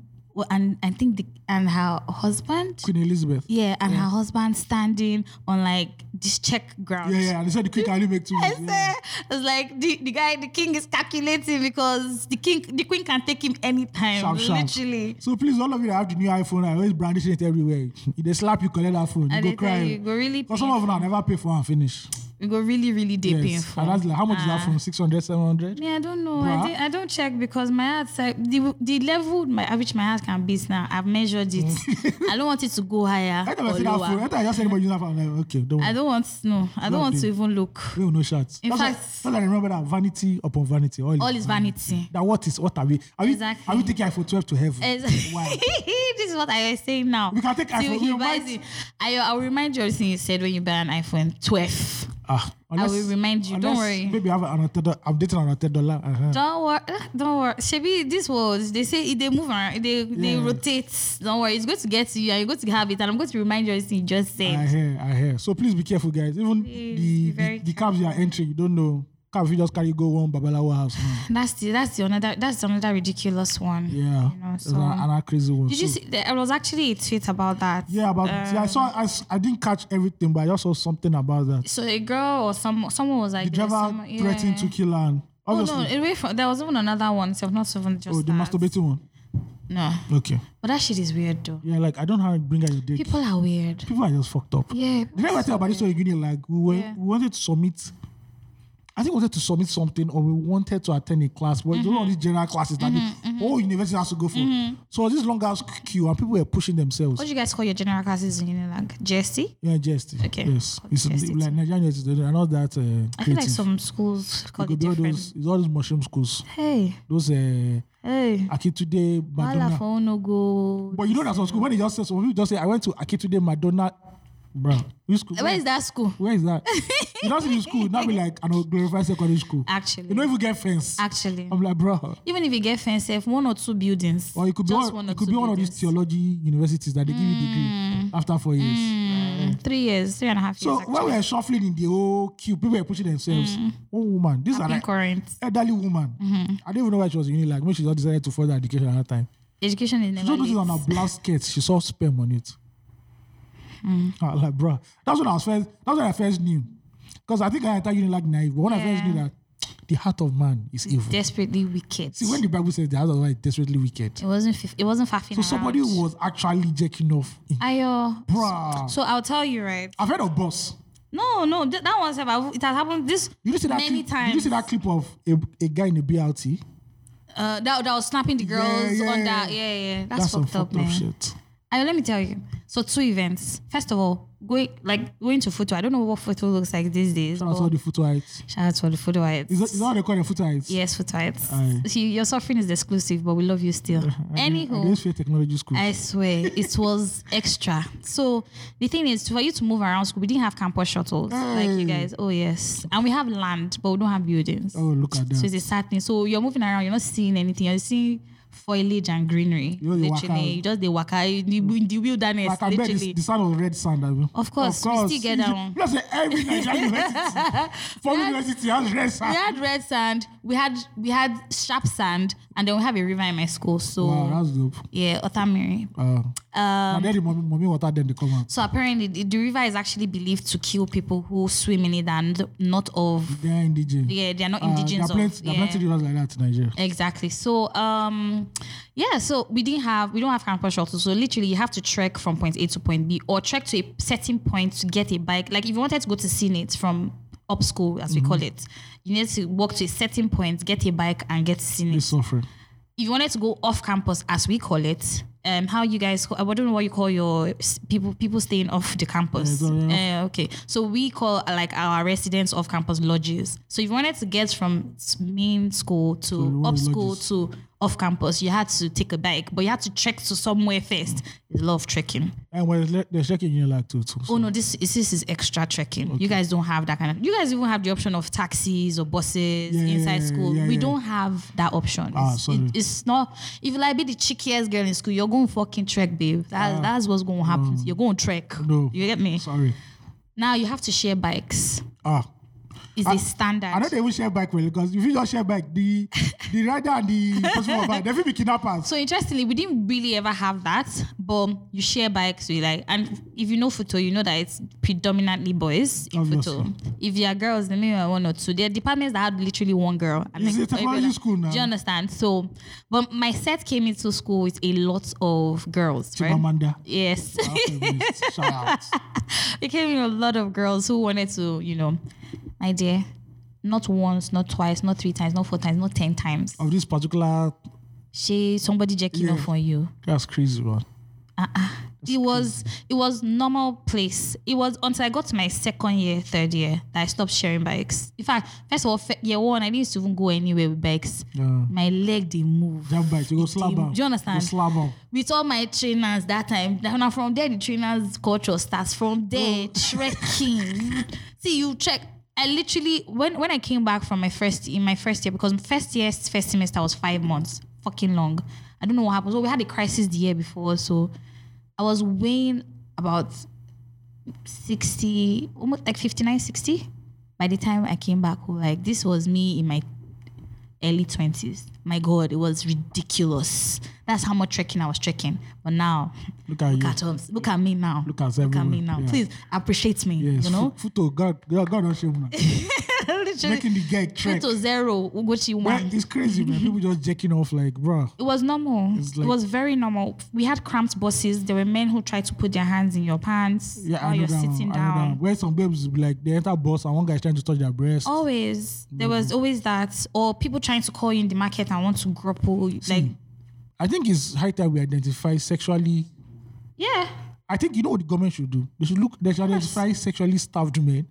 Speaker 1: and I think the and her husband.
Speaker 2: Queen Elizabeth.
Speaker 1: Yeah, and her husband standing on like this check ground.
Speaker 2: Yeah, yeah. And they said the queen can only make two.
Speaker 1: I
Speaker 2: moves. Yeah.
Speaker 1: said, it's like the, the guy, the king is calculating because the king, the queen can take him anytime,
Speaker 2: Sharp, sharp.
Speaker 1: literally.
Speaker 2: So please, all of you that have the new iPhone, I always brandishing it everywhere. If they slap you, collect that phone. You
Speaker 1: And
Speaker 2: go
Speaker 1: they tell
Speaker 2: cry.
Speaker 1: you, you go really
Speaker 2: Because some
Speaker 1: pay
Speaker 2: of them never pay for and finish.
Speaker 1: It go really, really deep
Speaker 2: Yes.
Speaker 1: painful.
Speaker 2: And that's like, how much is that
Speaker 1: Ah.
Speaker 2: from? 600, 700?
Speaker 1: Me, I don't know.
Speaker 2: Bruh.
Speaker 1: I, di- I don't check because my heart, like, the, the level my, at which my heart can beat now, I've measured it. <laughs> I don't want it to go higher.
Speaker 2: Mm. I
Speaker 1: or
Speaker 2: never see that phone.
Speaker 1: lower.
Speaker 2: I just said anybody use that phone. I'm like, okay, don't
Speaker 1: I
Speaker 2: worry.
Speaker 1: don't want no. I don't
Speaker 2: Not
Speaker 1: want to
Speaker 2: big.
Speaker 1: even look.
Speaker 2: We will no shots.
Speaker 1: In
Speaker 2: that's
Speaker 1: fact-
Speaker 2: why, that's why I remember that vanity upon vanity. All,
Speaker 1: All is vanity.
Speaker 2: That what is what are we? Are we,
Speaker 1: Exactly.
Speaker 2: are we taking iPhone 12 to heaven?
Speaker 1: Ex-
Speaker 2: Why?
Speaker 1: <laughs> this is what I was saying now.
Speaker 2: We can take
Speaker 1: Till he
Speaker 2: iPhone, we might-
Speaker 1: buys it. I, I'll remind you everything you said when you buy an iPhone 12.
Speaker 2: Ah,
Speaker 1: will remind you, don't
Speaker 2: unless
Speaker 1: worry.
Speaker 2: Maybe I have an another. I'm dating another dollar. Uh-huh.
Speaker 1: Don't worry, don't worry. Shebi, this was they say if they move around, they they
Speaker 2: Yeah.
Speaker 1: rotate. Don't worry, it's going to get to you, and you're going to have it. And I'm going to remind you everything you just
Speaker 2: I
Speaker 1: said.
Speaker 2: hear, I hear. So please be careful, guys. Even
Speaker 1: be
Speaker 2: the,
Speaker 1: very
Speaker 2: the, the cabs you are entering, you don't know. Cab if you just carry go one Babalawo house. man.
Speaker 1: That's the that's the another that's another ridiculous one.
Speaker 2: Yeah,
Speaker 1: you know.
Speaker 2: It's
Speaker 1: So
Speaker 2: an- another crazy one.
Speaker 1: did you
Speaker 2: So-
Speaker 1: see? There was actually a tweet about that.
Speaker 2: Yeah, about see, I
Speaker 1: um,
Speaker 2: saw. I, s- I didn't catch everything, but I just saw something about that.
Speaker 1: So a girl or some someone was like
Speaker 2: The
Speaker 1: there's
Speaker 2: driver
Speaker 1: someone- yeah.
Speaker 2: threatened to kill her. And
Speaker 1: Oh
Speaker 2: obviously,
Speaker 1: no! Away from there was even another one. So not even just
Speaker 2: oh,
Speaker 1: that.
Speaker 2: the masturbating one.
Speaker 1: No,
Speaker 2: Okay.
Speaker 1: but that shit is weird though.
Speaker 2: Yeah, like I don't have to bring her your dick. People,
Speaker 1: People are weird.
Speaker 2: are just fucked up.
Speaker 1: Yeah.
Speaker 2: Did I ever tell about this story in uni? Like we, were,
Speaker 1: Yeah.
Speaker 2: we wanted to submit. I think we wanted to submit something, or we wanted to attend a class. But you know all
Speaker 1: Mm-hmm.
Speaker 2: these general classes that the whole university has to go for. So this long ass queue, and people were pushing themselves.
Speaker 1: What do you guys call your general classes in Unilag? Jesse?
Speaker 2: yeah, just
Speaker 1: Okay.
Speaker 2: Yes,
Speaker 1: Called
Speaker 2: it's
Speaker 1: jest,
Speaker 2: like Nigerian university. They're not that uh, creative.
Speaker 1: I feel like some schools
Speaker 2: It
Speaker 1: call it
Speaker 2: could be all
Speaker 1: different.
Speaker 2: those, it's all those mushroom schools.
Speaker 1: Hey,
Speaker 2: Those uh,
Speaker 1: hey.
Speaker 2: Akitude
Speaker 1: Wala
Speaker 2: Madonna.
Speaker 1: for no go.
Speaker 2: But you know that some school when they just say, some people just say, I went to Akitude Madonna, bro. Which school?
Speaker 1: Where is that school?
Speaker 2: Where is that? you don't see the school, not be like an glorified secondary school.
Speaker 1: Actually.
Speaker 2: You Um, don't even get fence.
Speaker 1: Actually.
Speaker 2: I'm like, bro.
Speaker 1: Even if you get fancy, if one or two buildings.
Speaker 2: Or it could be
Speaker 1: just
Speaker 2: one, it could be one of these
Speaker 1: buildings.
Speaker 2: theology universities that they give you degree after four years.
Speaker 1: Mm, Three years, three and a half
Speaker 2: So
Speaker 1: years.
Speaker 2: when we were shuffling in the whole queue, people were pushing themselves.
Speaker 1: Mm.
Speaker 2: One woman, this is
Speaker 1: actually.
Speaker 2: an
Speaker 1: in current.
Speaker 2: elderly woman.
Speaker 1: Mm-hmm.
Speaker 2: I don't even know why she was in uni, like, maybe she just decided to further education at that time.
Speaker 1: Education is never
Speaker 2: She just noticed on
Speaker 1: late.
Speaker 2: her blouse skirt, she saw sperm on it.
Speaker 1: Mm.
Speaker 2: <laughs> I was like, bro, that's when I was first. That's when I first knew, because I think I entered uni like naive. But when I first
Speaker 1: Yeah.
Speaker 2: knew that the heart of man is evil.
Speaker 1: Desperately wicked.
Speaker 2: See, when the Bible says the heart of man is desperately wicked,
Speaker 1: it wasn't fif- it wasn't faffing
Speaker 2: so somebody
Speaker 1: around.
Speaker 2: was actually jacking off. In,
Speaker 1: Ayo.
Speaker 2: Bruh.
Speaker 1: So I'll tell you right.
Speaker 2: I've heard of boss.
Speaker 1: No, no, th- that one's about it has happened this
Speaker 2: Did you see that
Speaker 1: many
Speaker 2: clip?
Speaker 1: times.
Speaker 2: Did you see that clip of a, a guy in a BLT?
Speaker 1: Uh, that that was snapping the girls
Speaker 2: yeah,
Speaker 1: on
Speaker 2: yeah.
Speaker 1: that. Yeah, yeah. That's,
Speaker 2: That's some
Speaker 1: fucked, up,
Speaker 2: fucked up,
Speaker 1: man.
Speaker 2: shit.
Speaker 1: I, let me tell you. So two events. First of all, going like going to photo. I don't know what photo looks like these days.
Speaker 2: That's
Speaker 1: but
Speaker 2: all the footites.
Speaker 1: shout out to all the photo
Speaker 2: Is that, is that what they call the footites?
Speaker 1: Yes, photoites.
Speaker 2: Aye.
Speaker 1: See, your suffering is exclusive, but we love you
Speaker 2: <laughs>
Speaker 1: still. Anywho,
Speaker 2: Against Fair Technology School.
Speaker 1: I swear it was extra. So the thing is, for you to move around school, we didn't have campus shuttles like you guys. Oh yes, and we have land, but we don't have buildings.
Speaker 2: oh, look at
Speaker 1: So
Speaker 2: that.
Speaker 1: it's a sad thing. So you're moving around, you're not seeing anything. You're seeing foliage and greenery.
Speaker 2: You know, you waka.
Speaker 1: literally, you just the waka in the, in the wilderness.
Speaker 2: Like I bet
Speaker 1: literally.
Speaker 2: it's the sound of red sand. I mean.
Speaker 1: Of course, we still get that one.
Speaker 2: That's
Speaker 1: <laughs>
Speaker 2: every Nigerian university. For university has red
Speaker 1: we
Speaker 2: sand.
Speaker 1: had red sand. We had we had sharp sand, and then we have a river in my school. So
Speaker 2: Wow, that's dope.
Speaker 1: yeah, Othamiri.
Speaker 2: Uh, and then the mommy, mommy water, then they come out.
Speaker 1: So apparently, the, the river is actually believed to kill people who swim in it and not of.
Speaker 2: They are indigenous.
Speaker 1: Yeah, they are not
Speaker 2: Uh, there are
Speaker 1: indigenous.
Speaker 2: plenty,
Speaker 1: of,
Speaker 2: there are
Speaker 1: yeah.
Speaker 2: plenty rivers like that in Nigeria.
Speaker 1: Exactly. So um yeah, so we didn't have we don't have campus shuttle. So literally you have to trek from point A to point B or trek to a certain point to get a bike. Like if you wanted to go to Senate from up school as we call it, you need to walk to a certain point, get a bike and get to
Speaker 2: They
Speaker 1: Senate.
Speaker 2: suffering.
Speaker 1: If you wanted to go off campus as we call it, um how you guys call, I don't know what you call your s- people people staying off the campus.
Speaker 2: Yeah, yeah.
Speaker 1: Uh, okay, so we call uh, like our residents of campus lodges. So if you wanted to get from s- main school to
Speaker 2: one
Speaker 1: up
Speaker 2: of the
Speaker 1: school
Speaker 2: lodges.
Speaker 1: to off campus, you had to take a bike, but you had to trek to somewhere
Speaker 2: Mm.
Speaker 1: first. There's a lot of trekking.
Speaker 2: And when it's Eh, le- they're checking you like too. too. So
Speaker 1: Oh no, this is this is extra trekking. You guys don't have that kind of. You guys even have the option of taxis or buses
Speaker 2: Yeah,
Speaker 1: inside
Speaker 2: yeah,
Speaker 1: school.
Speaker 2: yeah,
Speaker 1: we
Speaker 2: yeah.
Speaker 1: don't have that option.
Speaker 2: Ah,
Speaker 1: it's,
Speaker 2: sorry.
Speaker 1: it- it's not. If you like be the cheekiest girl in school, you're going fucking trek, babe. That, that's what's going to happen. You're going trek.
Speaker 2: Ah. Mm. No.
Speaker 1: You get me?
Speaker 2: Sorry.
Speaker 1: Now you have to share bikes.
Speaker 2: Ah.
Speaker 1: is
Speaker 2: I-
Speaker 1: the standard.
Speaker 2: I know they will share bike well because if you just share bike, the the rider and the person who bike, they will be kidnappers.
Speaker 1: <laughs> So interestingly, we didn't really ever have that, but you share bikes, we like, and if you know Futo, you know that it's predominantly boys in Futo.
Speaker 2: Obviously.
Speaker 1: If you are girls, then maybe you are one or two. There are departments that had literally one girl. and,
Speaker 2: It's a
Speaker 1: every
Speaker 2: technology
Speaker 1: other-
Speaker 2: school now.
Speaker 1: Do you understand? So, but my set came into school with a lot of girls, right?
Speaker 2: Chimamanda.
Speaker 1: Yes, <laughs>
Speaker 2: Feminist, Shout out.
Speaker 1: it came in a lot of girls who wanted to, you know, my dear, not once, not twice, not three times, not four times, not ten times.
Speaker 2: Of this particular,
Speaker 1: She somebody jacking
Speaker 2: Oh. Yeah.
Speaker 1: off on you.
Speaker 2: that's crazy, man.
Speaker 1: it was it was normal place. It was until I got to my second year, third year that I stopped sharing bikes. In fact, first of all, fe- year one I didn't even go anywhere with bikes. My leg they move.
Speaker 2: Jump bike, you go slap
Speaker 1: do you
Speaker 2: am.
Speaker 1: understand?
Speaker 2: You go slap am.
Speaker 1: With all my trainers that time, now now from there the trainers culture starts. From there, trekking. See, you check. I literally when when I came back from my first in my first year because first year's first semester was five months, fucking long. I don't know what happened. So we had a crisis the year before, so I was weighing about 60, almost like 59, 60 by the time I came back. Like, this was me in my early 20s. My God, it was ridiculous. That's how much trekking I was trekking. But now,
Speaker 2: Look at you.
Speaker 1: look at us. Look at me now.
Speaker 2: Look at
Speaker 1: Look at me
Speaker 2: everyone.
Speaker 1: now.
Speaker 2: Yeah.
Speaker 1: Please appreciate me,
Speaker 2: Yes,
Speaker 1: you know?
Speaker 2: fu- Futo, God, God, God, don't shame una.
Speaker 1: Literally,
Speaker 2: <laughs> Making the guy
Speaker 1: two
Speaker 2: trek.
Speaker 1: to zero, Ugochi
Speaker 2: Well,
Speaker 1: one.
Speaker 2: it's crazy, man. People just jacking off like, bruh.
Speaker 1: It was normal.
Speaker 2: It's
Speaker 1: it
Speaker 2: like-
Speaker 1: was very normal. We had cramped buses. There were men who tried to put their hands in your pants
Speaker 2: Yeah,
Speaker 1: while
Speaker 2: I know
Speaker 1: you're
Speaker 2: that one,
Speaker 1: sitting
Speaker 2: I know that
Speaker 1: down. Oh,
Speaker 2: one. Where some babes be like, they enter bus and one guy's trying to touch their breast.
Speaker 1: Always.
Speaker 2: Mm.
Speaker 1: There was always that. Or people trying to call you in the market and want to grapple. you, Like,
Speaker 2: I think it's high time we identify sexually.
Speaker 1: yeah.
Speaker 2: I think you know what the government should do. They should look. They should identify sexually starved men,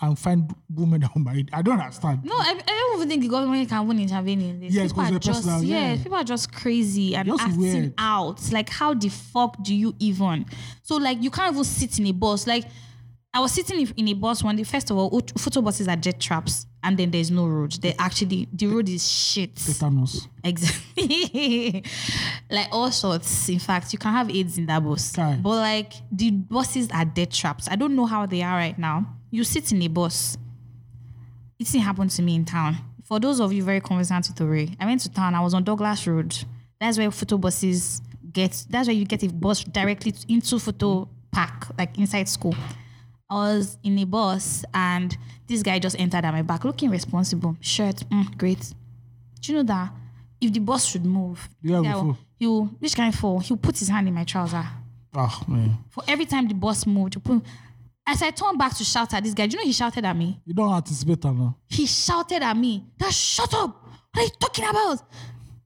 Speaker 2: and find women that are married. I don't understand.
Speaker 1: No, I, I don't even think the government can even intervene in this.
Speaker 2: Yes,
Speaker 1: people
Speaker 2: 'cause
Speaker 1: are
Speaker 2: we're
Speaker 1: just
Speaker 2: personal,
Speaker 1: yeah.
Speaker 2: yeah.
Speaker 1: people are just crazy and
Speaker 2: Just
Speaker 1: acting
Speaker 2: weird.
Speaker 1: out. Like, how the fuck do you even? So like, you can't even sit in a bus. Like, I was sitting in- in a bus one day. First of all, ut- photo buses are jet traps, and then there's no road. They actually the road is shit.
Speaker 2: <laughs> Tetanus.
Speaker 1: Exactly. like all sorts. In fact, you can have AIDS in that bus.
Speaker 2: Kai.
Speaker 1: But like the buses are death traps. I don't know how they are right now. You sit in a bus. It didn't happen to me in town. For those of you very conversant with Ore, I went to town. I was on Douglas Road. That's where photo buses get. That's where you get a bus directly to- into photo park, like inside school. I was in a bus and this guy just entered at my back, looking responsible. Shirt, mm, great. Do you know that if the bus should move,
Speaker 2: You have a
Speaker 1: guy will-
Speaker 2: fool.
Speaker 1: he'll which kind of fall? He'll put his hand in my trouser.
Speaker 2: Ah man,
Speaker 1: For every time the bus moved, he'll put, as I turned back to shout at this guy, do you know he shouted at me?
Speaker 2: you don't anticipate that now.
Speaker 1: He shouted at me, that shut up! What are you talking about?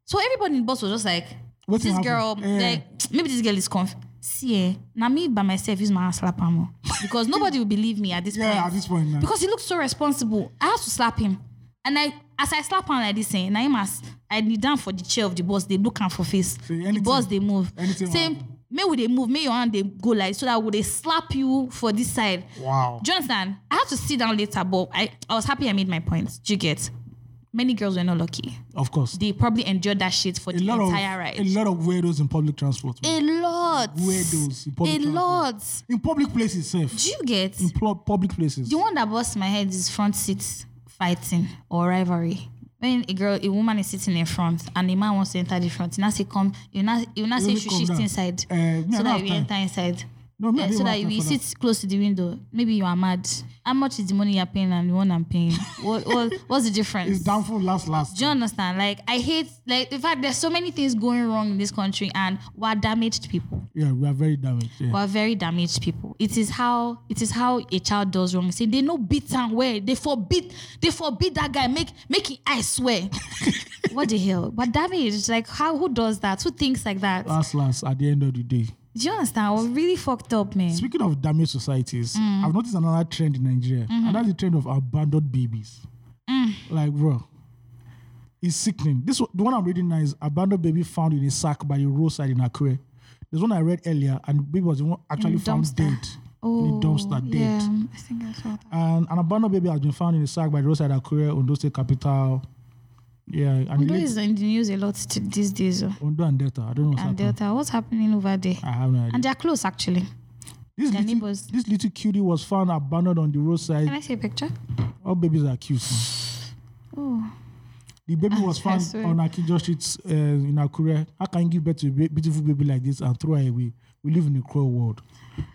Speaker 1: So everybody in the bus was just like,
Speaker 2: What
Speaker 1: this
Speaker 2: happened?
Speaker 1: girl,
Speaker 2: Eh.
Speaker 1: like maybe this girl is conf. See, eh, now me by myself use my hand slap am oh. because nobody will believe me at this
Speaker 2: Yeah,
Speaker 1: point.
Speaker 2: at this point now.
Speaker 1: because he looked so responsible. I had to slap him. And I as I slap him like this, saying, I must I kneel down for the chair of the boss, they look him for face. the
Speaker 2: anything-
Speaker 1: boss they move.
Speaker 2: anything will
Speaker 1: Same
Speaker 2: happen.
Speaker 1: may would they move, may your hand they go like so that would they slap you for this side.
Speaker 2: Wow.
Speaker 1: Do you understand? I had to sit down later, but I, I was happy I made my points. Do you get? Many girls were not lucky.
Speaker 2: Of course.
Speaker 1: They probably endured that shit for
Speaker 2: A
Speaker 1: the
Speaker 2: lot of
Speaker 1: entire ride.
Speaker 2: a lot of weirdos in public transport. man.
Speaker 1: A lot.
Speaker 2: Weirdos in public
Speaker 1: A
Speaker 2: transport.
Speaker 1: lot.
Speaker 2: In public places, safe.
Speaker 1: Do you get?
Speaker 2: In pl- public places.
Speaker 1: The one that busts my head is front seat fighting or rivalry. When a girl, a woman is sitting in front and a man wants to enter the front, you now say come, you now you now say
Speaker 2: Let
Speaker 1: you
Speaker 2: me
Speaker 1: should
Speaker 2: come
Speaker 1: shift
Speaker 2: down.
Speaker 1: inside
Speaker 2: Eh, me, I
Speaker 1: so
Speaker 2: don't
Speaker 1: that
Speaker 2: have
Speaker 1: you
Speaker 2: time.
Speaker 1: enter inside.
Speaker 2: No, me, I
Speaker 1: Eh,
Speaker 2: didn't
Speaker 1: so
Speaker 2: have
Speaker 1: that
Speaker 2: time
Speaker 1: you
Speaker 2: for
Speaker 1: sit close to the window. Maybe you are mad. How much is the money you're paying and the one I'm paying? What, <laughs> what what's the difference?
Speaker 2: It's downfall last last.
Speaker 1: Do you understand? Like I hate like in fact there's so many things going wrong in this country and we're damaged people.
Speaker 2: yeah, we are very damaged. Yeah.
Speaker 1: We're very damaged people. It is how it is how a child does wrong. Say they no beat and well. They forbid they forbid that guy make make it I swear. <laughs> what the hell? But damaged like how who does that? Who thinks like that?
Speaker 2: Last last at the end of the day.
Speaker 1: Do you understand? We're really fucked up, man.
Speaker 2: Speaking of damaged societies,
Speaker 1: Mm.
Speaker 2: I've noticed another trend in Nigeria,
Speaker 1: Mm-hmm.
Speaker 2: and that's the trend of abandoned babies.
Speaker 1: Mm.
Speaker 2: Like, bro, it's sickening. This one- the one I'm reading now is abandoned baby found in a sack by the roadside in Akure. There's one I read earlier, and the baby was the one actually found
Speaker 1: dumpster. Oh,
Speaker 2: dead in the dumpster, dead.
Speaker 1: Yeah, I think I saw that.
Speaker 2: And an abandoned baby has been found in a sack by the roadside in Akure, Ondo State capital. Yeah, and
Speaker 1: Ondo
Speaker 2: Ondo,
Speaker 1: is in the news a lot to these days. oh.
Speaker 2: Ondo and Delta. I don't know what's
Speaker 1: And
Speaker 2: happening.
Speaker 1: Delta, what's happening over there?
Speaker 2: I have no idea.
Speaker 1: And they're close actually.
Speaker 2: This
Speaker 1: their
Speaker 2: little,
Speaker 1: neighbors.
Speaker 2: this little cutie was found abandoned on the roadside
Speaker 1: Can I see a picture?
Speaker 2: All babies are cute. man.
Speaker 1: Oh,
Speaker 2: The
Speaker 1: <laughs>
Speaker 2: baby was found
Speaker 1: Stressful.
Speaker 2: on Akinjo Street uh, in Akure. How can you give birth to a ba- beautiful baby like this and throw her away? We live in a cruel world.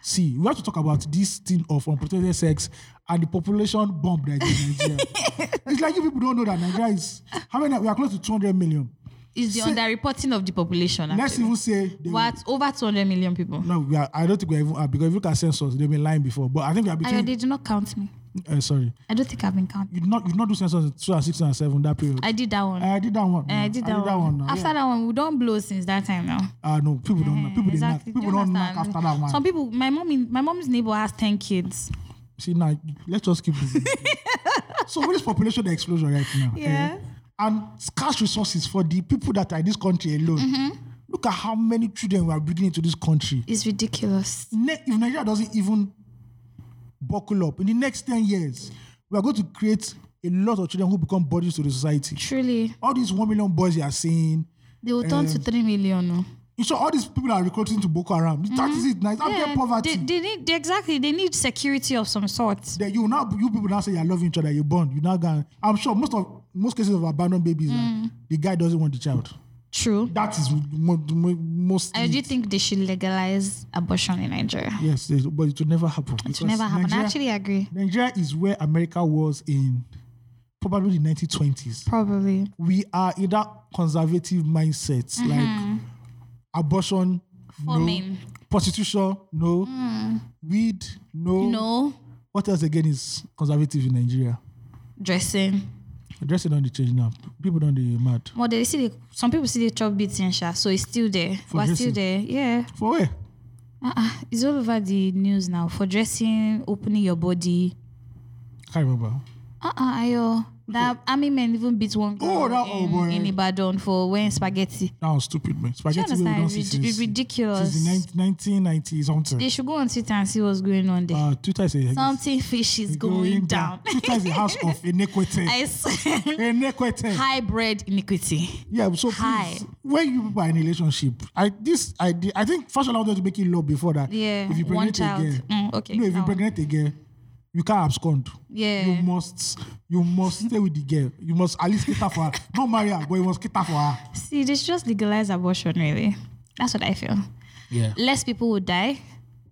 Speaker 2: See, we have to talk about this thing of unprotected sex and the population bomb that is in
Speaker 1: <laughs>
Speaker 2: Nigeria. it's like you people don't know that Nigeria is how many? We are close to 200 million.
Speaker 1: is the
Speaker 2: Say-
Speaker 1: underreporting of the population.
Speaker 2: Let's
Speaker 1: actually.
Speaker 2: even say they
Speaker 1: What over 200 million people.
Speaker 2: No, we are, I don't think we're even uh, because if you look at census, they've been lying before. But I think we are
Speaker 1: Ayo,
Speaker 2: between.
Speaker 1: they do not count me.
Speaker 2: Uh, sorry,
Speaker 1: I don't think I've been counted.
Speaker 2: you did not you did not do census in 2006 and 7 that period. I,
Speaker 1: I did that one.
Speaker 2: Um,
Speaker 1: Eh,
Speaker 2: did that one.
Speaker 1: I did that, one.
Speaker 2: now,
Speaker 1: After
Speaker 2: yeah.
Speaker 1: that one, we don't blow since that time now. Eh,
Speaker 2: Ah no, people don't. know. people
Speaker 1: exactly.
Speaker 2: did not. People
Speaker 1: Do you
Speaker 2: don't knock
Speaker 1: understand?
Speaker 2: after that one.
Speaker 1: Some people, my mom, in, my mom's neighbor has 10 kids.
Speaker 2: See now, let's just keep
Speaker 1: <laughs>
Speaker 2: this. so with this population explosion right now, eh,
Speaker 1: Yeah.
Speaker 2: and scarce resources for the people that are in this country alone.
Speaker 1: Mm-hmm.
Speaker 2: Look at how many children we are bringing into this country.
Speaker 1: It's ridiculous.
Speaker 2: ne- if Nigeria doesn't even buckle up in the next 10 years, we are going to create a lot of children who become bodies to the society.
Speaker 1: Truly,
Speaker 2: All these 1 million boys you are seeing,
Speaker 1: they will
Speaker 2: Eh.
Speaker 1: turn to 3 million. oh.
Speaker 2: you saw all these people are recruiting to Boko Haram. That is it. Now, it's
Speaker 1: Mm-hmm. Yeah,
Speaker 2: yeah, poverty.
Speaker 1: They, they need they, exactly. They need security of some sort.
Speaker 2: Then you now you people now say you're loving each other, you bond, you now gonna I'm sure most of most cases of abandoned babies,
Speaker 1: Mm.
Speaker 2: eh, the guy doesn't want the child.
Speaker 1: True.
Speaker 2: That is mo- the mo- most
Speaker 1: I do think they should legalize abortion in Nigeria.
Speaker 2: yes, yes, but it will never happen.
Speaker 1: It will never happen. I actually agree.
Speaker 2: Nigeria is where America was in probably the 1920s.
Speaker 1: Probably.
Speaker 2: we are in that conservative mindset
Speaker 1: Mm-hmm.
Speaker 2: like abortion
Speaker 1: Forming.
Speaker 2: no prostitution no weed no
Speaker 1: Mm. No
Speaker 2: what else again is conservative in nigeria
Speaker 1: dressing.
Speaker 2: dressing on the change now people don't dey mad
Speaker 1: Well, they see the, some people see the chop beats in Sha, so it's still there. We're still
Speaker 2: dressing.
Speaker 1: there. Yeah.
Speaker 2: for where
Speaker 1: Uh-uh. It's all over the news now for dressing, opening your body.
Speaker 2: i can't remember
Speaker 1: Uh-uh. Ayo. That army men even beat one girl
Speaker 2: Oh, that old
Speaker 1: in,
Speaker 2: boy.
Speaker 1: in Ibadan for wearing spaghetti.
Speaker 2: that was stupid man
Speaker 1: Do you
Speaker 2: spaghetti wey we don
Speaker 1: understand?
Speaker 2: see
Speaker 1: Rid-
Speaker 2: since since
Speaker 1: ridiculous.
Speaker 2: the 19- 1990 something
Speaker 1: They should go on Twitter and see what's going on there.
Speaker 2: uh, twitter is a
Speaker 1: Something fish is going, down. <laughs>
Speaker 2: twitter is a house of iniquity
Speaker 1: I said
Speaker 2: iniquity
Speaker 1: hybrid iniquity.
Speaker 2: Yeah, so
Speaker 1: Hi.
Speaker 2: please, when you people are in a relationship, I this I did- I think first of all I wanted to make it law before that.
Speaker 1: Yeah,
Speaker 2: If you
Speaker 1: one
Speaker 2: pregnant
Speaker 1: child.
Speaker 2: again,
Speaker 1: Mm, okay,
Speaker 2: no, if
Speaker 1: that
Speaker 2: you
Speaker 1: one.
Speaker 2: pregnant again, you can't abscond.
Speaker 1: Yeah.
Speaker 2: You must you must stay with the girl. You must at least cater
Speaker 1: <laughs>
Speaker 2: for her. Not marry her, but you must cater for her.
Speaker 1: See, they should just legalize abortion, really. That's what I feel.
Speaker 2: Yeah.
Speaker 1: Less people will die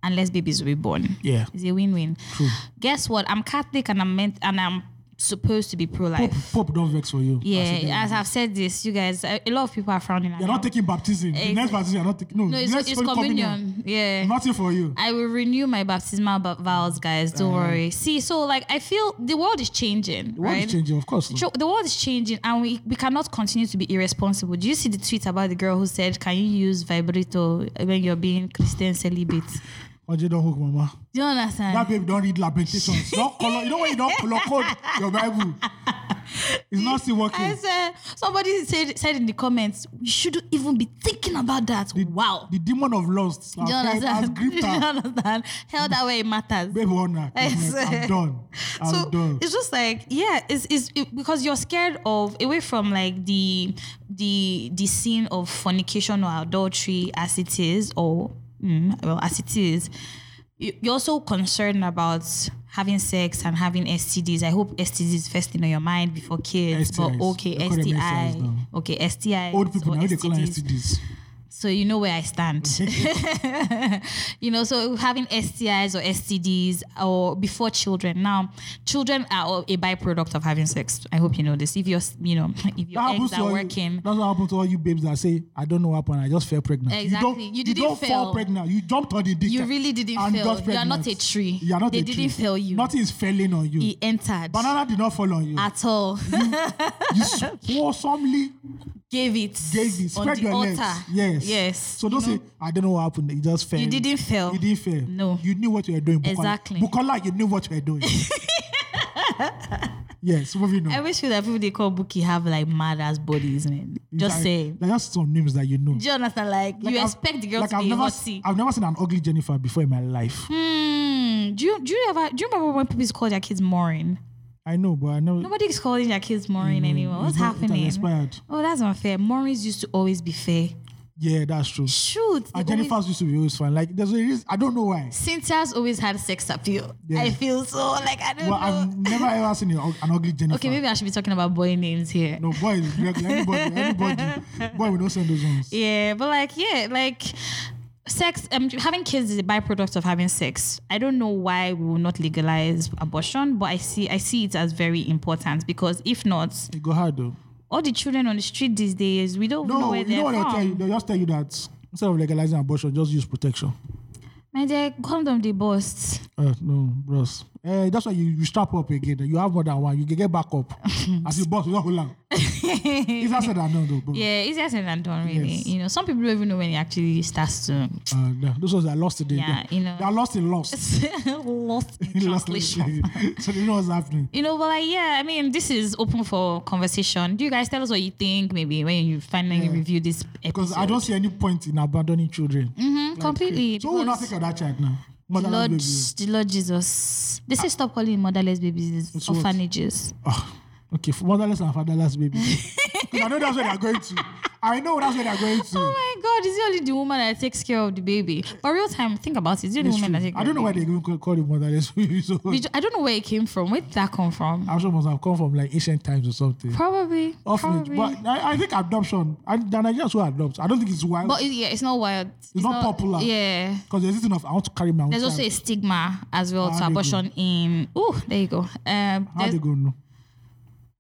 Speaker 1: and less babies will be born.
Speaker 2: Yeah.
Speaker 1: It's a win win.
Speaker 2: True.
Speaker 1: Guess what? I'm Catholic and I'm meant and I'm supposed to be pro
Speaker 2: Pope,
Speaker 1: life.
Speaker 2: Pope don't vex for you.
Speaker 1: Yeah, as I've said this, you guys, a a lot of people are frowning at
Speaker 2: You're not
Speaker 1: me.
Speaker 2: taking baptism. The next
Speaker 1: Exactly.
Speaker 2: baptism, you're not taking. No,
Speaker 1: No, it's,
Speaker 2: next
Speaker 1: it's
Speaker 2: Holy
Speaker 1: communion. Yeah.
Speaker 2: Nothing for you.
Speaker 1: I will renew my baptismal ba- vows, guys. Don't worry. See, so like I feel the world is changing,
Speaker 2: What Uh-huh. is
Speaker 1: right?
Speaker 2: changing? Of course.
Speaker 1: Sure, the world is changing and we, we cannot continue to be irresponsible. Do you see the tweet about the girl who said, Can you use vibrato when you're being Christian celibate?
Speaker 2: Oje don't hook mama.
Speaker 1: Do you understand?
Speaker 2: That babe don't read
Speaker 1: <laughs>
Speaker 2: lamentations. don't color. You know when you don't color code your Bible. It's not still working.
Speaker 1: I said, somebody said, said in the comments, we shouldn't even be thinking about that. wow.
Speaker 2: the demon of lust
Speaker 1: Do you
Speaker 2: has, has
Speaker 1: understand? <laughs> Do
Speaker 2: gripped
Speaker 1: you
Speaker 2: her.
Speaker 1: understand? Hell, that way it matters.
Speaker 2: Babe, Warner,
Speaker 1: I
Speaker 2: I'm
Speaker 1: said-
Speaker 2: done. I'm
Speaker 1: so
Speaker 2: done.
Speaker 1: it's just like yeah it's, it's it- because you're scared of away from like the the the scene of fornication or adultery as it is or mm, well as it is You- you're so concerned about having sex and having STDs. I hope STDs is first thing on your mind before kids.
Speaker 2: STIs.
Speaker 1: But okay,
Speaker 2: They call them
Speaker 1: STI.
Speaker 2: STIs now.
Speaker 1: Okay, STI.
Speaker 2: Old people now they call them STDs.
Speaker 1: So you know where I
Speaker 2: <laughs>
Speaker 1: stand. <laughs> you know, so having STIs or STDs or before children. Now, children are a byproduct of having sex. I hope you know this. If you're, s- you know, <laughs> if your eggs are
Speaker 2: You,
Speaker 1: working,
Speaker 2: that's what happens to all you babes that say, "I don't know what happened. I just fell pregnant."
Speaker 1: Exactly.
Speaker 2: You
Speaker 1: You
Speaker 2: don't,
Speaker 1: didn't
Speaker 2: don't fall
Speaker 1: fail.
Speaker 2: pregnant. You jumped on the dick.
Speaker 1: you really didn't
Speaker 2: and
Speaker 1: fail.
Speaker 2: got
Speaker 1: You are
Speaker 2: pregnant.
Speaker 1: not a tree.
Speaker 2: You are not
Speaker 1: they
Speaker 2: a tree.
Speaker 1: didn't fail you.
Speaker 2: Nothing is failing on you.
Speaker 1: he entered
Speaker 2: Banana did not fall on you.
Speaker 1: at all.
Speaker 2: you swarmely
Speaker 1: <laughs> gave it
Speaker 2: gave it.
Speaker 1: on
Speaker 2: Spread
Speaker 1: the
Speaker 2: your legs.
Speaker 1: altar.
Speaker 2: Yes.
Speaker 1: Yes.
Speaker 2: So
Speaker 1: You
Speaker 2: don't
Speaker 1: know?
Speaker 2: say, "I don't know what happened. You just fell."
Speaker 1: You didn't fail.
Speaker 2: You didn't fail.
Speaker 1: No.
Speaker 2: You knew what you were doing. Bukola.
Speaker 1: Exactly.
Speaker 2: Bukola, you knew what you
Speaker 1: <laughs>
Speaker 2: were doing. yes, moving on.
Speaker 1: I wish that people they call Buki have like mad ass bodies, man. Just
Speaker 2: Like,
Speaker 1: saying.
Speaker 2: There are just some names that you know.
Speaker 1: Do you understand? Like,
Speaker 2: Like,
Speaker 1: you
Speaker 2: I've-
Speaker 1: expect the girl
Speaker 2: like,
Speaker 1: to
Speaker 2: I've
Speaker 1: be a
Speaker 2: never,
Speaker 1: hot seat.
Speaker 2: I've never seen an ugly Jennifer before in my life.
Speaker 1: Hmm. Do you do you ever do you remember when people used to call their kids Maureen?
Speaker 2: I know, but I know.
Speaker 1: Nobody is calling their kids Maureen anymore. What's
Speaker 2: Mm-hmm. it's not- it has
Speaker 1: happening?
Speaker 2: expired.
Speaker 1: Oh, that's unfair. Maureen's used to always be fair.
Speaker 2: Yeah, that's true.
Speaker 1: Shoot.
Speaker 2: And
Speaker 1: they always-
Speaker 2: Jennifer's used to be always fine. Like there's a reason I don't know why.
Speaker 1: Cynthia's always had sex appeal.
Speaker 2: Yeah.
Speaker 1: I feel so like I don't
Speaker 2: Well,
Speaker 1: know.
Speaker 2: I've never ever seen an ug- an ugly Jennifer.
Speaker 1: okay, maybe I should be talking about boy names here.
Speaker 2: No, boy, is regular. anybody, anybody,
Speaker 1: <laughs>
Speaker 2: boy, we don't send those ones.
Speaker 1: Yeah, but like, yeah, like sex, um, having kids is a byproduct of having sex. I don't know why we will not legalize abortion, but I see, I see it as very important because if not,
Speaker 2: It go hard though. all
Speaker 1: all the children on the street these days, we don't know
Speaker 2: No,
Speaker 1: where
Speaker 2: you know
Speaker 1: they're
Speaker 2: what they'll tell you?
Speaker 1: from.
Speaker 2: They'll just tell you that instead of legalizing abortion, just use protection.
Speaker 1: My dear, condom they bust.
Speaker 2: Uh, no, bros. Uh, that's why you, you strap up again. You have more than one. You can get back
Speaker 1: <laughs>
Speaker 2: up. As you boss, you don't hold on. It's answer that no, though, bro.
Speaker 1: Yeah, easier said than done, really.
Speaker 2: Yes.
Speaker 1: You know, some people don't even know when it actually starts to <laughs>
Speaker 2: Uh, yeah, those ones are lost today.
Speaker 1: Yeah,
Speaker 2: they,
Speaker 1: you know.
Speaker 2: They are lost in <laughs> lost.
Speaker 1: lost in
Speaker 2: Lost in-
Speaker 1: translation.
Speaker 2: <laughs> so they know what's happening.
Speaker 1: You know, but like, yeah, I mean, this is open for conversation. Do you guys tell us what you think? Maybe when you finally review this
Speaker 2: Because
Speaker 1: episode,
Speaker 2: I don't see any point in abandoning children.
Speaker 1: Mm, completely.
Speaker 2: So who will not
Speaker 1: because
Speaker 2: take care of that child now?
Speaker 1: the
Speaker 2: Mother
Speaker 1: Lord,
Speaker 2: baby.
Speaker 1: the Lord Jesus. They say stop calling motherless babies
Speaker 2: It's what?
Speaker 1: orphanages.
Speaker 2: Oh, okay, for motherless and
Speaker 1: <laughs>
Speaker 2: fatherless baby. 'Cause I know that's where they're going to. I know that's where they're going
Speaker 1: <laughs>
Speaker 2: to.
Speaker 1: Oh my God! Is it only the woman that takes care of the baby? But real time, think about it. Is it the
Speaker 2: It's
Speaker 1: woman
Speaker 2: true.
Speaker 1: that takes?
Speaker 2: I don't know why they even call- call it motherless baby. <laughs> So
Speaker 1: They, I don't know where it came from. Where did that come from?
Speaker 2: I'm sure it must have come from like ancient times or something.
Speaker 1: Probably.
Speaker 2: Orphanage.
Speaker 1: probably.
Speaker 2: But I, I think adoption. I, the Nigerians who adopt. I don't think it's wild.
Speaker 1: But it, yeah, it's not wild. It's,
Speaker 2: not popular.
Speaker 1: Yeah.
Speaker 2: Because there's this thing of I want to carry my own.
Speaker 1: There's also a
Speaker 2: child.
Speaker 1: stigma as well
Speaker 2: How
Speaker 1: to
Speaker 2: they go?
Speaker 1: abortion in. Oh, there you go. Um,
Speaker 2: How they
Speaker 1: there's-
Speaker 2: go know?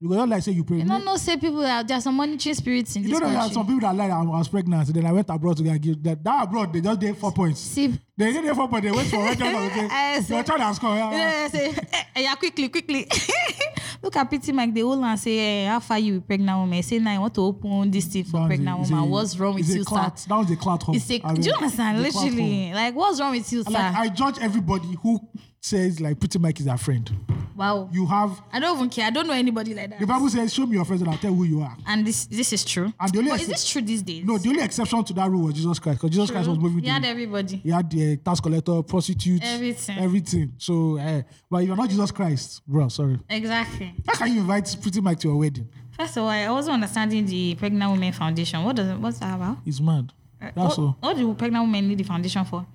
Speaker 2: You go not like say you
Speaker 1: you
Speaker 2: pregnant.
Speaker 1: don't know, say people that there are some monitoring spirits in
Speaker 2: you
Speaker 1: this
Speaker 2: don't know there are
Speaker 1: country.
Speaker 2: some people that lie. that I was pregnant. Then I went abroad to go and give that. That abroad they just did four points.
Speaker 1: See,
Speaker 2: They did four points. They wait for one child.
Speaker 1: I <laughs>
Speaker 2: Okay,
Speaker 1: see.
Speaker 2: your child has come. Yeah, yeah.
Speaker 1: yeah, say, eh, eh, yeah, quickly, quickly. <laughs> Look at Pity Mike, they all and say, eh, how far you with pregnant woman? Say, now I want to open this thing for
Speaker 2: That was
Speaker 1: pregnant
Speaker 2: a- it's
Speaker 1: woman.
Speaker 2: a-
Speaker 1: What's wrong
Speaker 2: it's
Speaker 1: with
Speaker 2: a
Speaker 1: you, sir?
Speaker 2: clout- That was a clout hole.
Speaker 1: It's a,
Speaker 2: I
Speaker 1: do
Speaker 2: mean,
Speaker 1: you understand?
Speaker 2: it's a clout hole.
Speaker 1: Literally, like, what's wrong with you, sir?
Speaker 2: Like I judge everybody who says like Pretty Mike is our friend.
Speaker 1: wow.
Speaker 2: You have
Speaker 1: I don't even care. I don't know anybody like that.
Speaker 2: the Bible says, "Show me your friends, and I'll tell who you are."
Speaker 1: And this this is true.
Speaker 2: And the only
Speaker 1: But is
Speaker 2: exce-
Speaker 1: this true these days?
Speaker 2: No, the only exception to that rule was Jesus Christ, because Jesus Christ was moving.
Speaker 1: Yeah,
Speaker 2: to,
Speaker 1: everybody.
Speaker 2: he had the eh, tax collector, prostitute,
Speaker 1: Everything.
Speaker 2: everything. So, eh, but if you're not Jesus Christ, bro, sorry.
Speaker 1: Exactly.
Speaker 2: How can you invite Pretty Mike to your wedding?
Speaker 1: First of all, I wasn't understanding the Pregnant Women Foundation. What does what's that about?
Speaker 2: It's mad. That's
Speaker 1: what,
Speaker 2: all.
Speaker 1: What do pregnant women need the foundation for?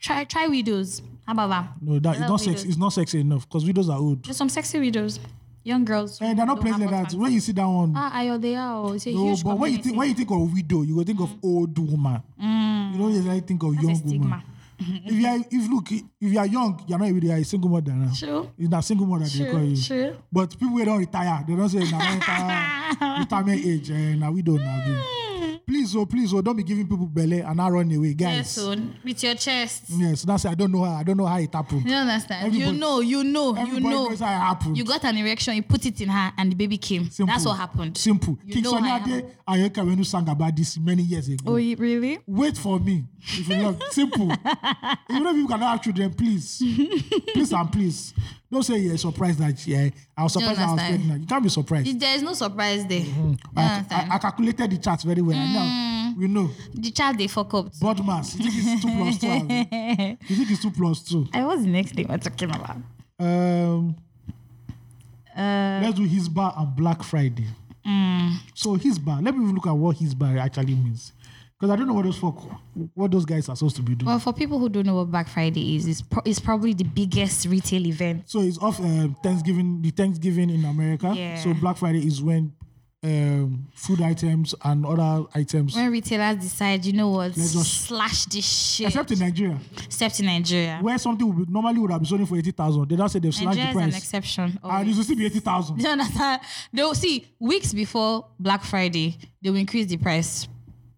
Speaker 1: Try try widows. How about that?
Speaker 2: No, that it's
Speaker 1: love
Speaker 2: not sex.
Speaker 1: widows.
Speaker 2: It's not sexy enough because widows are old.
Speaker 1: There's some sexy widows, young girls.
Speaker 2: And Eh, they're not
Speaker 1: who
Speaker 2: playing
Speaker 1: don't
Speaker 2: like
Speaker 1: have
Speaker 2: that.
Speaker 1: husbands.
Speaker 2: When you sit down,
Speaker 1: Ah, ayo, they are. oh, It's a
Speaker 2: no,
Speaker 1: huge Mm.
Speaker 2: but when you think when you think of widow, you go think of old woman. You don't usually think of
Speaker 1: a
Speaker 2: young woman.
Speaker 1: stigma.
Speaker 2: if you are, if look, if you are young, you're not even you are a single mother now.
Speaker 1: True.
Speaker 2: It's not single mother they
Speaker 1: True,
Speaker 2: call you.
Speaker 1: true.
Speaker 2: But people wey don retire, they don say na don
Speaker 1: <laughs>
Speaker 2: retire retirement age eh, na widow na be.
Speaker 1: Hmm.
Speaker 2: Please oh, please oh, don't be giving people belle and now run away, guys.
Speaker 1: Yes, oh. so with your chest.
Speaker 2: Yes, that's I don't know how I don't know how it
Speaker 1: <laughs>
Speaker 2: happened.
Speaker 1: You understand? you
Speaker 2: Mm. Everybody-
Speaker 1: know, you know, you
Speaker 2: Everybody
Speaker 1: know.
Speaker 2: knows how it happened.
Speaker 1: You got an erection, you put it in her, and the baby came.
Speaker 2: Simple.
Speaker 1: That's what happened.
Speaker 2: Simple.
Speaker 1: You
Speaker 2: King
Speaker 1: know how
Speaker 2: Sunny
Speaker 1: it
Speaker 2: Ade Ayoka Wenu sang about this many years ago.
Speaker 1: Oh, ye- really?
Speaker 2: Wait for me. If
Speaker 1: <laughs>
Speaker 2: you love, simple. Even if you cannot have children, please, please and please, don't say you're surprised that yeah, I was surprised I was
Speaker 1: understand.
Speaker 2: pregnant. You can't be surprised.
Speaker 1: There is no surprise there. You
Speaker 2: I, I,
Speaker 1: understand?
Speaker 2: I calculated the chart very well.
Speaker 1: Mm.
Speaker 2: and Now we know
Speaker 1: the child they <laughs> fuck up.
Speaker 2: board mass. You think it's two plus two? abi? you think it's two plus two?
Speaker 1: I was the next thing we're talking about.
Speaker 2: Um,
Speaker 1: Uh,
Speaker 2: let's do his bar and Black Friday.
Speaker 1: Mm.
Speaker 2: So his bar. Let me even look at what his bar actually means, because I don't know what those folk, what those guys are supposed to be doing.
Speaker 1: Well, for people who don't know what Black Friday is, it's, pro- it's probably the biggest retail event.
Speaker 2: So it's off um, Thanksgiving, the Thanksgiving in America.
Speaker 1: Yeah.
Speaker 2: So Black Friday is when um, food items and other items,
Speaker 1: When retailers decide, you know what,
Speaker 2: Let's just-
Speaker 1: slash this shit, except,
Speaker 2: except in Nigeria,
Speaker 1: in Nigeria.
Speaker 2: where something would be, normally would have been selling for 80,000, they now say they've slashed
Speaker 1: Nigeria
Speaker 2: the
Speaker 1: is an
Speaker 2: price.
Speaker 1: exception.
Speaker 2: And
Speaker 1: always.
Speaker 2: it will still
Speaker 1: <laughs>
Speaker 2: be 80,000.
Speaker 1: You understand? They'll see weeks before Black Friday, they will increase the price.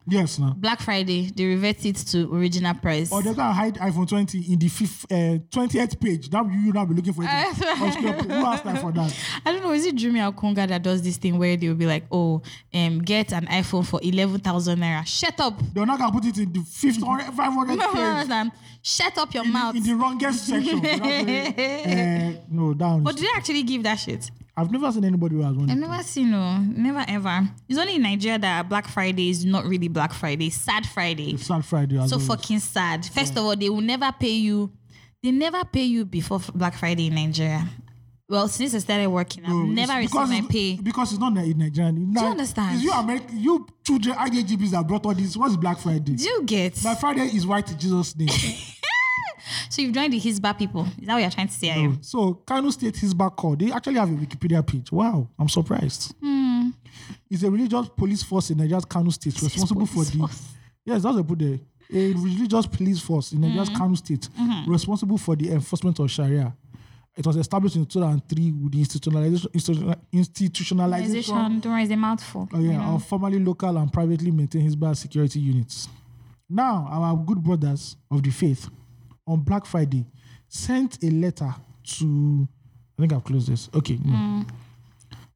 Speaker 2: Yes, now.
Speaker 1: Black Friday, they revert it to original price.
Speaker 2: Or they're going to hide iPhone 20 in the fifth, uh, 28th page. That you will not be
Speaker 1: <laughs>
Speaker 2: looking for it. On screen. Who asked that for that?
Speaker 1: I don't know, is it Jumia or Konga that does this thing where they'll be like, oh, um, get an iPhone for 11,000 naira. Shut up.
Speaker 2: They're not going to put it in the fifth or 500th
Speaker 1: <laughs> No, no,
Speaker 2: page.
Speaker 1: understand. um, Shut up your
Speaker 2: In the,
Speaker 1: mouth.
Speaker 2: in the wrongest section. They're not saying, uh, no, down.
Speaker 1: but do they actually give that shit?
Speaker 2: I've never seen anybody who has one.
Speaker 1: I've never seen, no. Never ever. It's only in Nigeria that Black Friday is not really Black Friday, it's Sad Friday.
Speaker 2: It's Sad Friday. as
Speaker 1: so
Speaker 2: always.
Speaker 1: fucking sad. First of all, they will never pay you. They never pay you before Black Friday in Nigeria. Well, since I started working, I've never received my
Speaker 2: it's-
Speaker 1: pay.
Speaker 2: Because it's not in Nigerian. Do
Speaker 1: you understand?
Speaker 2: It's you, Ameri- you children, IJGBs that brought all this. What's Black Friday?
Speaker 1: Do you get?
Speaker 2: Black Friday is white in Jesus' name.
Speaker 1: So you've joined the Hisba people. Is that what you're trying to say? I am?
Speaker 2: so Kano State Hisbah Corps, they actually have a Wikipedia page. Wow, I'm surprised.
Speaker 1: Hmm.
Speaker 2: It's a religious police force in Nigeria's Kano State responsible for
Speaker 1: police
Speaker 2: the.
Speaker 1: force.
Speaker 2: Yes, that's a good day. A religious police force in
Speaker 1: Hmm.
Speaker 2: Nigeria's Kano State responsible for the enforcement of Sharia. It was established in 2003 with the institutionalization, institutional- institutionalization
Speaker 1: Organization, don't raise a mouthful.
Speaker 2: Oh, yeah, or formerly local and privately maintained Hezbollah security units. Now, our good brothers of the faith on Black Friday sent a letter to, I think I've closed this. Okay. no.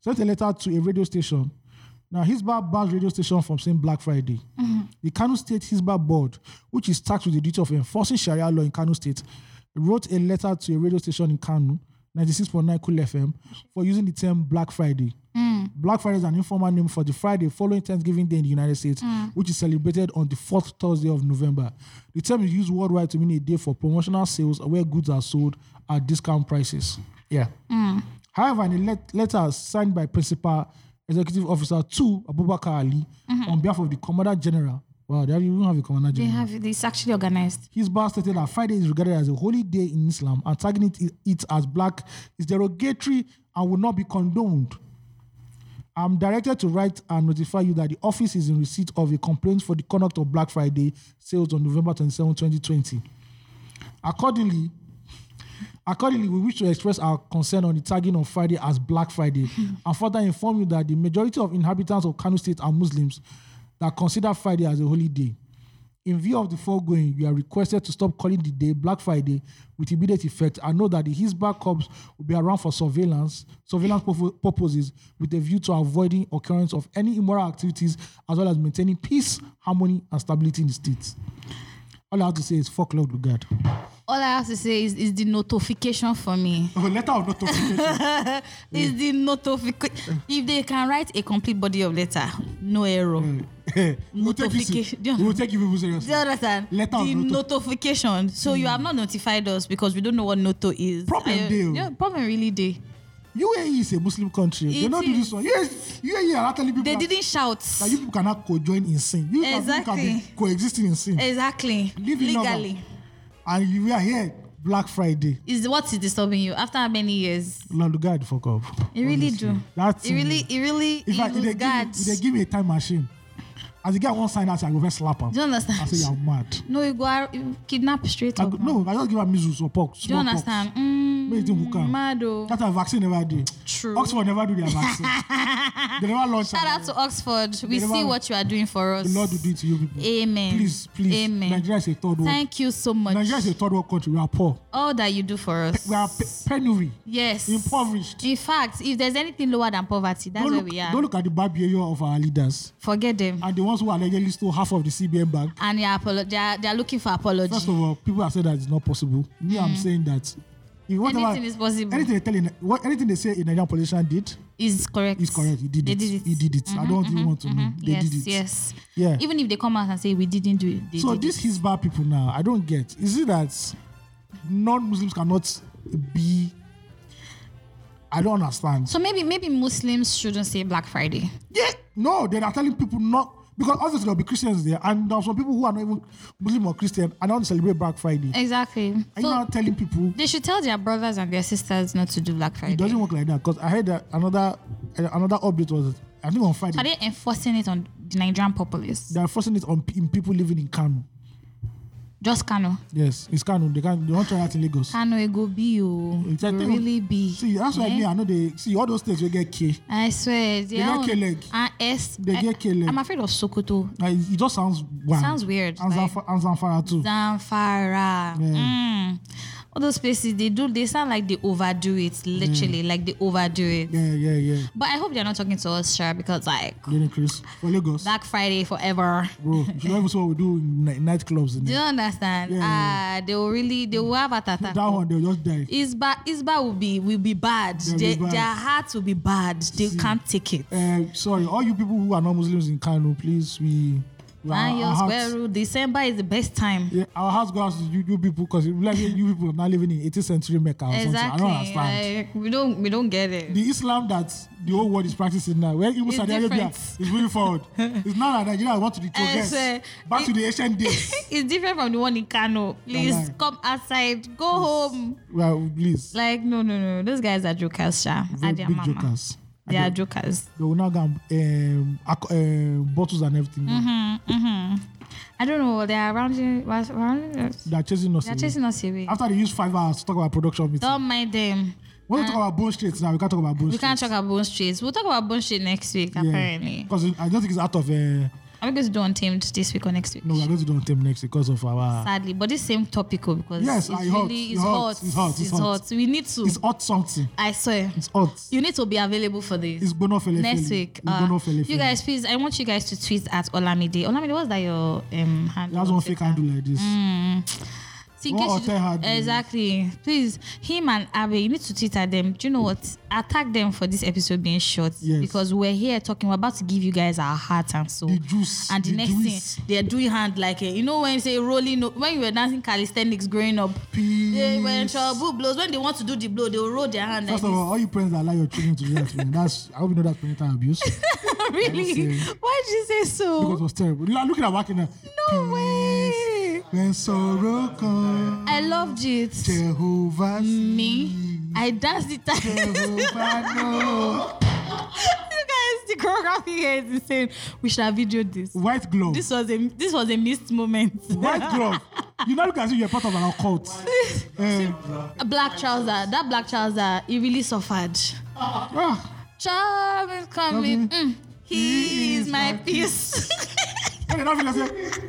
Speaker 2: Sent a letter to a radio station. Now, Hizbah bars radio station from saying Black Friday. The Kano State Hizbah Board, which is tasked with the duty of enforcing Sharia law in Kano State, wrote a letter to a radio station in Kano, 96.9 Cool FM, for using the term Black Friday. Black Friday is an informal name for the Friday following Thanksgiving Day in the United States, which is celebrated on the fourth Thursday of November. The term is used worldwide to mean a day for promotional sales where goods are sold at discount prices. Yeah. However, in a let- letter signed by Principal Executive Officer 2 Abubakar Ali on behalf of the Commander General, wow, they even have a Commander
Speaker 1: Mm-hmm. They
Speaker 2: General.
Speaker 1: have it's actually organized.
Speaker 2: His bar stated that Friday is regarded as a holy day in Islam and tagging it, it as black is derogatory and will not be condoned. I'm directed to write and notify you that the office is in receipt of a complaint for the conduct of Black Friday sales on November 27, 2020. Accordingly, Accordingly, we wish to express our concern on the tagging on Friday as Black Friday and further inform you that the majority of inhabitants of Kano State are Muslims that consider Friday as a holy day. In view of the foregoing, you are requested to stop calling the day Black Friday with immediate effect and know that the Hizbah Corps will be around for surveillance, surveillance purpo- purposes with a view to avoiding occurrence of any immoral activities as well as maintaining peace, harmony, and stability in the state. All I have to say is fuck Lord God.
Speaker 1: All I have to say is, is the notification for me.
Speaker 2: letter of notification. Mm.
Speaker 1: Is the notification. If they can write a complete body of letter, no error.
Speaker 2: Mm. we will take you se-
Speaker 1: Notification.
Speaker 2: we will take you people seriously.
Speaker 1: Do you understand?
Speaker 2: Letter of
Speaker 1: the
Speaker 2: noto-
Speaker 1: notification. So you have not notified us because we don't know what noto is.
Speaker 2: Problem
Speaker 1: I-
Speaker 2: dey o.
Speaker 1: Yeah, problem really day.
Speaker 2: UAE is a Muslim country. they
Speaker 1: It
Speaker 2: don't do
Speaker 1: is.
Speaker 2: this one. Yes, UAE are actually people
Speaker 1: They
Speaker 2: that,
Speaker 1: didn't shout.
Speaker 2: that you people cannot co-join in sin. You people can be
Speaker 1: Exactly.
Speaker 2: coexisting in
Speaker 1: <laughs>
Speaker 2: sin.
Speaker 1: Exactly.
Speaker 2: Live in love.
Speaker 1: Legally.
Speaker 2: And you are here Black Friday.
Speaker 1: Is what is disturbing you after how many years?
Speaker 2: Lord God, fuck up.
Speaker 1: It really do.
Speaker 2: That's
Speaker 1: It really, it really,
Speaker 2: If, I,
Speaker 1: it lose
Speaker 2: if, they give, me-
Speaker 1: guards.
Speaker 2: if they give me a time machine, as the guy one sign out, I go first slap him.
Speaker 1: Do you
Speaker 2: I say
Speaker 1: understand?
Speaker 2: you're mad.
Speaker 1: No, you go out, you kidnap straight
Speaker 2: I
Speaker 1: up.
Speaker 2: go,
Speaker 1: man.
Speaker 2: no, I just give him measles or pox.
Speaker 1: Do you understand? Mm,
Speaker 2: Make it hook am.
Speaker 1: mad oh.
Speaker 2: That's a vaccine never do.
Speaker 1: True.
Speaker 2: Oxford never do
Speaker 1: <laughs>
Speaker 2: their vaccine. they never launch
Speaker 1: Shout
Speaker 2: am.
Speaker 1: out to Oxford. We
Speaker 2: They
Speaker 1: see
Speaker 2: never-
Speaker 1: what you are doing for us.
Speaker 2: The Lord will do it to you people.
Speaker 1: Amen.
Speaker 2: Please, please.
Speaker 1: Amen.
Speaker 2: Nigeria is a third world.
Speaker 1: Thank you so much.
Speaker 2: Nigeria is a third world country. We are poor.
Speaker 1: All that you do for us.
Speaker 2: We are pe- penury,
Speaker 1: yes.
Speaker 2: impoverished.
Speaker 1: In fact, if there's anything lower than poverty, that's
Speaker 2: Don't
Speaker 1: where
Speaker 2: look,
Speaker 1: we are.
Speaker 2: don't look at the bad behavior of our leaders
Speaker 1: Forget them.
Speaker 2: and the ones who allegedly stole half of the CBN bank.
Speaker 1: And they are, apolo- they are, they are looking for apology.
Speaker 2: First of all, people have said that it's not possible. Me, I'm saying that. If whatever,
Speaker 1: Mm. Anything is possible.
Speaker 2: Anything they tell, in, what, anything they say a Nigerian politician did
Speaker 1: Is correct.
Speaker 2: is correct. He did
Speaker 1: They
Speaker 2: it.
Speaker 1: did it. Mm-hmm,
Speaker 2: He did it. I don't even want to know. They
Speaker 1: yes,
Speaker 2: did it.
Speaker 1: yes.
Speaker 2: Yeah.
Speaker 1: Even if they come out and say we didn't do it, they
Speaker 2: so
Speaker 1: did
Speaker 2: these Hizbah people now, I don't get. Is it that non-Muslims cannot be? I don't understand.
Speaker 1: it. So maybe maybe Muslims shouldn't say Black Friday.
Speaker 2: Yeah. No, they are telling people not because obviously there'll be Christians there, and there are some people who are not even Muslim or Christian and don't celebrate Black Friday.
Speaker 1: Exactly.
Speaker 2: Are you
Speaker 1: So
Speaker 2: not telling people
Speaker 1: they should tell their brothers and their sisters not to do Black
Speaker 2: it
Speaker 1: Friday.
Speaker 2: doesn't work like that? Because I heard that another uh, another update was I think on Friday
Speaker 1: Are they enforcing it on the Nigerian populace?
Speaker 2: they are forcing it on pe- in people living in Kano.
Speaker 1: Just Kano.
Speaker 2: Yes, it's Kano. They can they won't try that in Lagos.
Speaker 1: Kano it go be you.
Speaker 2: It's like they-
Speaker 1: really be.
Speaker 2: See, that's why
Speaker 1: eh?
Speaker 2: me I know they see all those states will get K.
Speaker 1: I swear they
Speaker 2: get
Speaker 1: are on-
Speaker 2: K-leg.
Speaker 1: Ah, S.
Speaker 2: They
Speaker 1: I-
Speaker 2: get K-leg.
Speaker 1: I'm afraid of Sokoto.
Speaker 2: Like, it just sounds wild.
Speaker 1: Sounds weird,
Speaker 2: And
Speaker 1: like-
Speaker 2: Zamfa- and Zamfara too.
Speaker 1: Zamfara. Mm. All those places they do they sound like they overdo it. Literally,
Speaker 2: Mm.
Speaker 1: like they overdo it.
Speaker 2: Yeah, yeah, yeah.
Speaker 1: But I hope they're not talking to us, sure, because like
Speaker 2: Getting Chris for Lagos,
Speaker 1: Black Friday forever.
Speaker 2: bro. You should not even see what we do in ni- nightclubs. In
Speaker 1: Do
Speaker 2: there.
Speaker 1: you understand?
Speaker 2: Yeah,
Speaker 1: Ah, they will really they will have a tata.
Speaker 2: That one they'll just die.
Speaker 1: Isba Isba will be will be bad.
Speaker 2: They'll be
Speaker 1: Their-
Speaker 2: bad.
Speaker 1: Their hearts will be bad. They can't take it.
Speaker 2: Um, Uh, sorry, all you people who are not Muslims in Kano, please, we
Speaker 1: and your
Speaker 2: our
Speaker 1: square
Speaker 2: house-
Speaker 1: root. December is the best time.
Speaker 2: Yeah, our house goes to you, you people because like you people are not living in 18th century Mecca or
Speaker 1: exactly.
Speaker 2: something. I don't understand.
Speaker 1: Like, we don't we don't get it.
Speaker 2: the Islam that the whole world is practicing now, where even
Speaker 1: It's
Speaker 2: Saudi Arabia
Speaker 1: different.
Speaker 2: is moving forward. it's now that
Speaker 1: <laughs>
Speaker 2: Nigeria wants to retrogress
Speaker 1: sir.
Speaker 2: back to
Speaker 1: It-
Speaker 2: the ancient days.
Speaker 1: it's different from the one in Kano. Please
Speaker 2: Online.
Speaker 1: come outside. Go home.
Speaker 2: well, please,
Speaker 1: Like no no no. Those guys are jokers, Sha.
Speaker 2: very
Speaker 1: At their
Speaker 2: big
Speaker 1: mama.
Speaker 2: jokers.
Speaker 1: They are jokers.
Speaker 2: They will now get um, ac- uh, bottles and everything.
Speaker 1: Mm-hmm. I don't know. They are rounding was- rounding us.
Speaker 2: They are chasing us.
Speaker 1: They are
Speaker 2: away.
Speaker 1: chasing us away.
Speaker 2: After they use five hours to talk about production meeting,
Speaker 1: Don't mind them.
Speaker 2: when we talk about bone straight now, we can't talk about bone
Speaker 1: We
Speaker 2: straight.
Speaker 1: can't talk about bone straight. We'll talk about bone straight next week, apparently.
Speaker 2: Because I don't think it's out of. Uh,
Speaker 1: Are we going to do untamed this week or next week?
Speaker 2: no, we are going to do on theme next because of our.
Speaker 1: Sadly, but this same topic oh, because
Speaker 2: Yes,
Speaker 1: it's
Speaker 2: I
Speaker 1: really
Speaker 2: hot.
Speaker 1: it's,
Speaker 2: It's hot.
Speaker 1: hot.
Speaker 2: It's hot. It's hot.
Speaker 1: We need to.
Speaker 2: It's hot something.
Speaker 1: I swear,
Speaker 2: It's hot.
Speaker 1: you need to be available for this.
Speaker 2: It's bono fele
Speaker 1: next
Speaker 2: fele.
Speaker 1: week.
Speaker 2: It's
Speaker 1: uh,
Speaker 2: bono fele
Speaker 1: you
Speaker 2: fele.
Speaker 1: guys, please, I want you guys to tweet at Olamide. Olamide, what's that your um handle?
Speaker 2: That's
Speaker 1: on
Speaker 2: one fake
Speaker 1: Twitter?
Speaker 2: handle like this.
Speaker 1: So in
Speaker 2: Go
Speaker 1: case you-
Speaker 2: hotel handle.
Speaker 1: exactly. Please, him and Abe, you need to tweet at them. Do you know what? Attack them for this episode being short.
Speaker 2: Yes.
Speaker 1: Because we're here talking. We're about to give you guys our heart and soul.
Speaker 2: The juice.
Speaker 1: and the, next
Speaker 2: juice.
Speaker 1: thing, they're doing hand like a, you know when you say rolling o- when you were dancing calisthenics growing up.
Speaker 2: Peace.
Speaker 1: They were in trouble blows. When they want to do the blow, they will roll their hand
Speaker 2: First
Speaker 1: like <laughs>
Speaker 2: of all, all you parents that allow your children to do that to me, that's I hope you know that's parental abuse.
Speaker 1: this. really?
Speaker 2: say-
Speaker 1: Why did you say
Speaker 2: because
Speaker 1: so?
Speaker 2: it was terrible. You are looking at working now.
Speaker 1: No way.
Speaker 2: When sorrow comes,
Speaker 1: I loved it.
Speaker 2: Jehovah sees.
Speaker 1: Me, I danced it.
Speaker 2: Jehovah knows.
Speaker 1: <laughs> you guys, the choreography here is insane. We should have videoed this.
Speaker 2: White glove.
Speaker 1: This was a this was a missed moment.
Speaker 2: White glove. You now look as if you're part of an occult. Eh,
Speaker 1: A black trouser. That black trouser, he really suffered.
Speaker 2: ah,
Speaker 1: Charm is coming.
Speaker 2: Lovely.
Speaker 1: Mm. He is my peace. <laughs>
Speaker 2: and then after they say,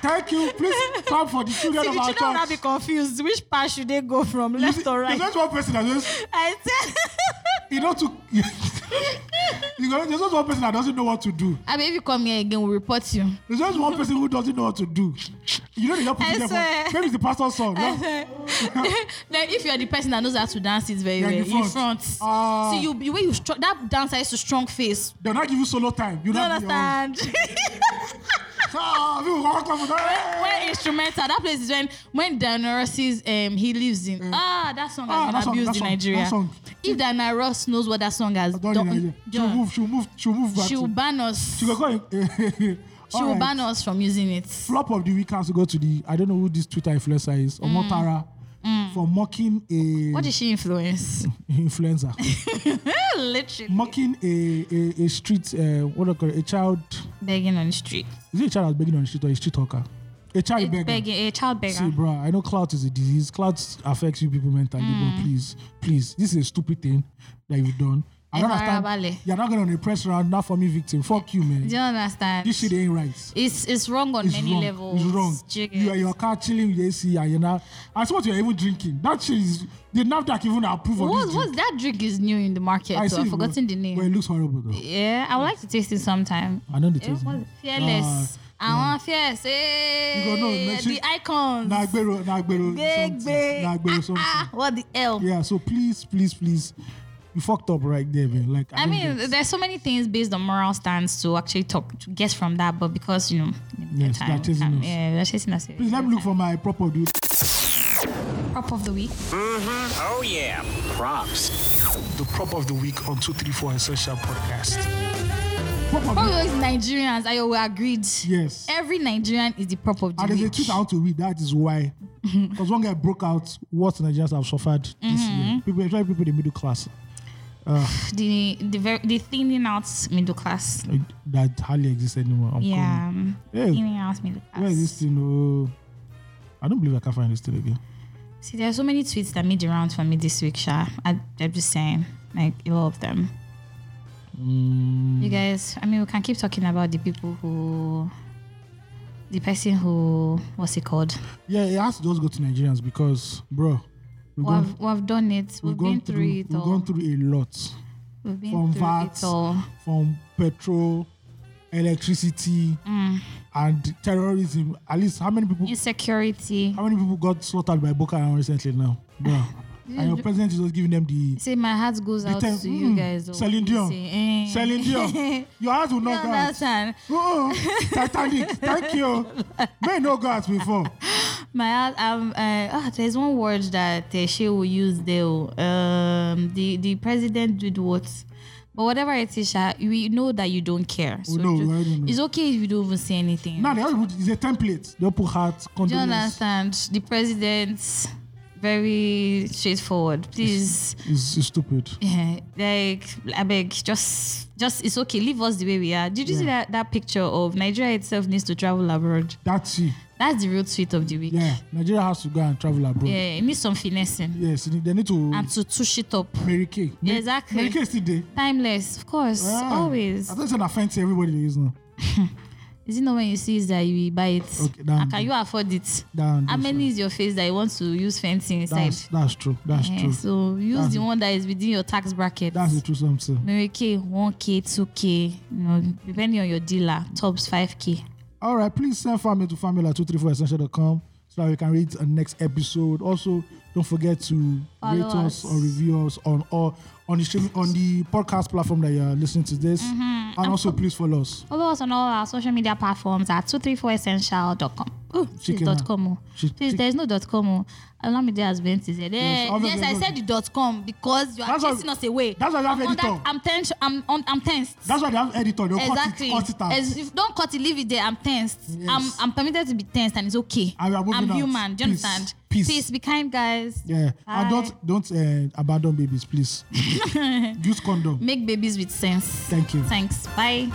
Speaker 2: Thank you. Please clap for the
Speaker 1: See, the
Speaker 2: children of our
Speaker 1: children will not be
Speaker 2: church.
Speaker 1: confused. Which part should they go from, left or
Speaker 2: There's
Speaker 1: right?
Speaker 2: just one person that just
Speaker 1: I said,
Speaker 2: you know to you know, there's just one person that doesn't know what to do
Speaker 1: I mean, if you come here again, we'll report <laughs> you.
Speaker 2: there's just one person who doesn't know what to do you know the young
Speaker 1: I
Speaker 2: people
Speaker 1: swear.
Speaker 2: there maybe it's the pastor's son no?
Speaker 1: then if you're the person that knows how to dance it very
Speaker 2: You're
Speaker 1: well,
Speaker 2: in the
Speaker 1: in
Speaker 2: front.
Speaker 1: front.
Speaker 2: Ah.
Speaker 1: See, you the way you str- that dancer is a strong face.
Speaker 2: they'll not give you solo time you
Speaker 1: You
Speaker 2: not be your own.
Speaker 1: understand?
Speaker 2: Ah, people come out, come out, ah.
Speaker 1: <laughs> when instrumental, that place is when when Diana Ross is um he lives in. Ah, that song has
Speaker 2: Ah,
Speaker 1: been
Speaker 2: that song,
Speaker 1: abused
Speaker 2: that
Speaker 1: in
Speaker 2: song,
Speaker 1: Nigeria.
Speaker 2: that song.
Speaker 1: If Diana Ross knows what that song has
Speaker 2: Don't deny it.
Speaker 1: done, um,
Speaker 2: she'll move she'll move she'll move back
Speaker 1: she'll
Speaker 2: to,
Speaker 1: ban us.
Speaker 2: she'll go in-
Speaker 1: She'll
Speaker 2: All right.
Speaker 1: ban us from using it.
Speaker 2: flop of the week has to go to the I don't know who this Twitter influencer is Omotara for mocking a
Speaker 1: Mm. What did she
Speaker 2: <laughs>
Speaker 1: influence?
Speaker 2: influencer
Speaker 1: <laughs> Literally
Speaker 2: mocking a a, a street uh, what do you call it? a child
Speaker 1: begging on the street.
Speaker 2: Is it a child that's begging on the street or a street hawker? A child
Speaker 1: It's
Speaker 2: begging.
Speaker 1: begging a child beggar.
Speaker 2: See, bruh, I know clout is a disease. Clout affects you people mentally,
Speaker 1: Hmm.
Speaker 2: but please, please, this is a stupid thing that you've done. I don't
Speaker 1: Efarabale.
Speaker 2: understand. You're not going to press round, not for me, victim. Fuck you, man.
Speaker 1: Do you understand?
Speaker 2: This shit ain't right.
Speaker 1: It's it's wrong on
Speaker 2: It's
Speaker 1: many
Speaker 2: wrong.
Speaker 1: levels.
Speaker 2: It's wrong.
Speaker 1: Do you
Speaker 2: You are
Speaker 1: get-
Speaker 2: in your car chilling with AC and you're not. That's what you're even drinking. That shit is. The NAFDAC even approve of
Speaker 1: What
Speaker 2: this.
Speaker 1: what's that drink is new in the market?
Speaker 2: I
Speaker 1: so
Speaker 2: see
Speaker 1: I've
Speaker 2: it,
Speaker 1: forgotten
Speaker 2: but-
Speaker 1: the name.
Speaker 2: But it looks horrible, though.
Speaker 1: yeah, I would like to taste it sometime.
Speaker 2: I know the
Speaker 1: It
Speaker 2: taste. Ah,
Speaker 1: was fearless. I want fearless. Hey,
Speaker 2: You go, no, no, she-
Speaker 1: the icons.
Speaker 2: Nagbero, Nagbero.
Speaker 1: Big, big.
Speaker 2: Nagbero, something.
Speaker 1: Ah, what the hell?
Speaker 2: Yeah, so please, please, please, you fucked up right there, man. Like
Speaker 1: I
Speaker 2: don't
Speaker 1: mean,
Speaker 2: get-
Speaker 1: there's so many things based on moral stance to actually talk to get from that, but because you know,
Speaker 2: Yes, they are chasing
Speaker 1: time,
Speaker 2: us.
Speaker 1: yeah, they're chasing us.
Speaker 2: please let me look for my proper dude.
Speaker 1: prop of the week.
Speaker 3: Oh, yeah. Props.
Speaker 2: The prop of the week on two three four essential podcast.
Speaker 1: Prop of the week is Nigerians. I we agreed.
Speaker 2: yes.
Speaker 1: Every Nigerian is the prop of the
Speaker 2: And there's a
Speaker 1: week.
Speaker 2: tweet I want to read. That is
Speaker 1: <laughs>
Speaker 2: why, because one guy broke out what Nigerians have suffered this
Speaker 1: Mm-hmm.
Speaker 2: year. People, especially people in the middle class
Speaker 1: the the very the thinning out middle class.
Speaker 2: uh, that hardly exist anymore. I'm
Speaker 1: Yeah, um,
Speaker 2: coming. Hey,
Speaker 1: thinning out middle class.
Speaker 2: where is this thing? Oh, I don't believe I can find this thing again.
Speaker 1: See, there are so many tweets that made the rounds for me this week, Sha. I, I'm just saying, like a lot of them. You guys, I mean, we can keep talking about the people who, the person who, what's it called?
Speaker 2: Yeah, it has to just go to Nigerians because, bro,
Speaker 1: Who
Speaker 2: we've gone,
Speaker 1: have, who have done it. We've,
Speaker 2: we've
Speaker 1: been
Speaker 2: gone
Speaker 1: through,
Speaker 2: through, we've
Speaker 1: it all.
Speaker 2: gone through a lot.
Speaker 1: we've been
Speaker 2: from
Speaker 1: through
Speaker 2: VAT.
Speaker 1: it all.
Speaker 2: from petrol, electricity,
Speaker 1: Mm.
Speaker 2: and terrorism. At least how many people?
Speaker 1: Insecurity. <laughs>
Speaker 2: Uh, How many people got slaughtered by Boko Haram recently? Now, Bruh, and your president is just giving them the.
Speaker 1: Say my heart goes
Speaker 2: the
Speaker 1: out
Speaker 2: term,
Speaker 1: to you
Speaker 2: mm,
Speaker 1: guys. or
Speaker 2: Celine
Speaker 1: you
Speaker 2: Dion.
Speaker 1: say, eh.
Speaker 2: Celine
Speaker 1: <laughs>
Speaker 2: Dion. Your heart will
Speaker 1: You
Speaker 2: not go out.
Speaker 1: understand?
Speaker 2: Oh,
Speaker 1: <laughs>
Speaker 2: Titanic. Thank you. Men no go out before.
Speaker 1: My heart. Um. Uh, ah, there's one word that uh, she will use there. oh. Um. The the president did what. But whatever it is, Sha, we know that you don't care. So
Speaker 2: know,
Speaker 1: ju-
Speaker 2: we already know.
Speaker 1: it's okay if you don't even say anything.
Speaker 2: Now they all put- it's a template. They all put heart,
Speaker 1: Do you
Speaker 2: condolence.
Speaker 1: understand? The president's very straightforward. Please, <laughs>
Speaker 2: It's, it's stupid.
Speaker 1: yeah, like I beg, just, just it's okay. Leave us the way we are. Did you see that, that picture of Nigeria itself needs to travel abroad?
Speaker 2: That's it.
Speaker 1: That's the real tweet of the week.
Speaker 2: Yeah, Nigeria has to go and travel abroad.
Speaker 1: Yeah, it needs some finessing
Speaker 2: Yes, they need to.
Speaker 1: and to touch it up.
Speaker 2: Mary Kay. Ma-
Speaker 1: Exactly.
Speaker 2: Mary Kay is still there.
Speaker 1: Timeless, of course,
Speaker 2: Ah,
Speaker 1: always.
Speaker 2: I thought it's an offense to everybody that is now.
Speaker 1: Is it not when you see it that you will buy it?
Speaker 2: Okay,
Speaker 1: Ah,
Speaker 2: down.
Speaker 1: Can you afford it?
Speaker 2: Down.
Speaker 1: How many is your face that you want to use fancy inside?
Speaker 2: That's, that's true. That's
Speaker 1: Yeah,
Speaker 2: true.
Speaker 1: so use
Speaker 2: That's
Speaker 1: the
Speaker 2: it.
Speaker 1: one that is within your tax bracket.
Speaker 2: That's the true something.
Speaker 1: Mary K, 1K, 2K, you know, depending on your dealer, tops 5K.
Speaker 2: All right, please send family to family at 234essential.com so that we can read the next episode. Also, don't forget to
Speaker 1: Follow
Speaker 2: rate us.
Speaker 1: us.
Speaker 2: or review us on or on the stream on the podcast platform that you're listening to this.
Speaker 1: Mm-hmm.
Speaker 2: And also please follow us.
Speaker 1: Follow us on all our uh, social media platforms at 234essential.com. Oh, please,
Speaker 2: Chicken, uh,
Speaker 1: dot com. oh.
Speaker 2: Chi-
Speaker 1: Please,
Speaker 2: chi-
Speaker 1: there's no dot com. oh. Allow me there as Benti said. Eh, yes,
Speaker 2: obviously,
Speaker 1: I
Speaker 2: obviously.
Speaker 1: said the dot com because you are
Speaker 2: That's why-
Speaker 1: chasing us away.
Speaker 2: that's why we have
Speaker 1: I'm on that-
Speaker 2: editor.
Speaker 1: I'm tense. I'm on. I'm tensed.
Speaker 2: That's why they have editor. They'll
Speaker 1: exactly.
Speaker 2: cut it, cut it out.
Speaker 1: As- if don't cut it, leave it there. I'm tensed.
Speaker 2: Yes.
Speaker 1: I'm I'm permitted to be tensed and it's okay.
Speaker 2: And we are moving
Speaker 1: I'm
Speaker 2: out.
Speaker 1: human. Do you
Speaker 2: Peace.
Speaker 1: understand?
Speaker 2: Peace.
Speaker 1: Peace. Be kind, guys.
Speaker 2: yeah. And
Speaker 1: Bye.
Speaker 2: don't don't uh,
Speaker 1: <laughs>
Speaker 2: abandon babies, please. Use condom.
Speaker 1: Make babies with sense.
Speaker 2: Thank you.
Speaker 1: Thanks. Bye.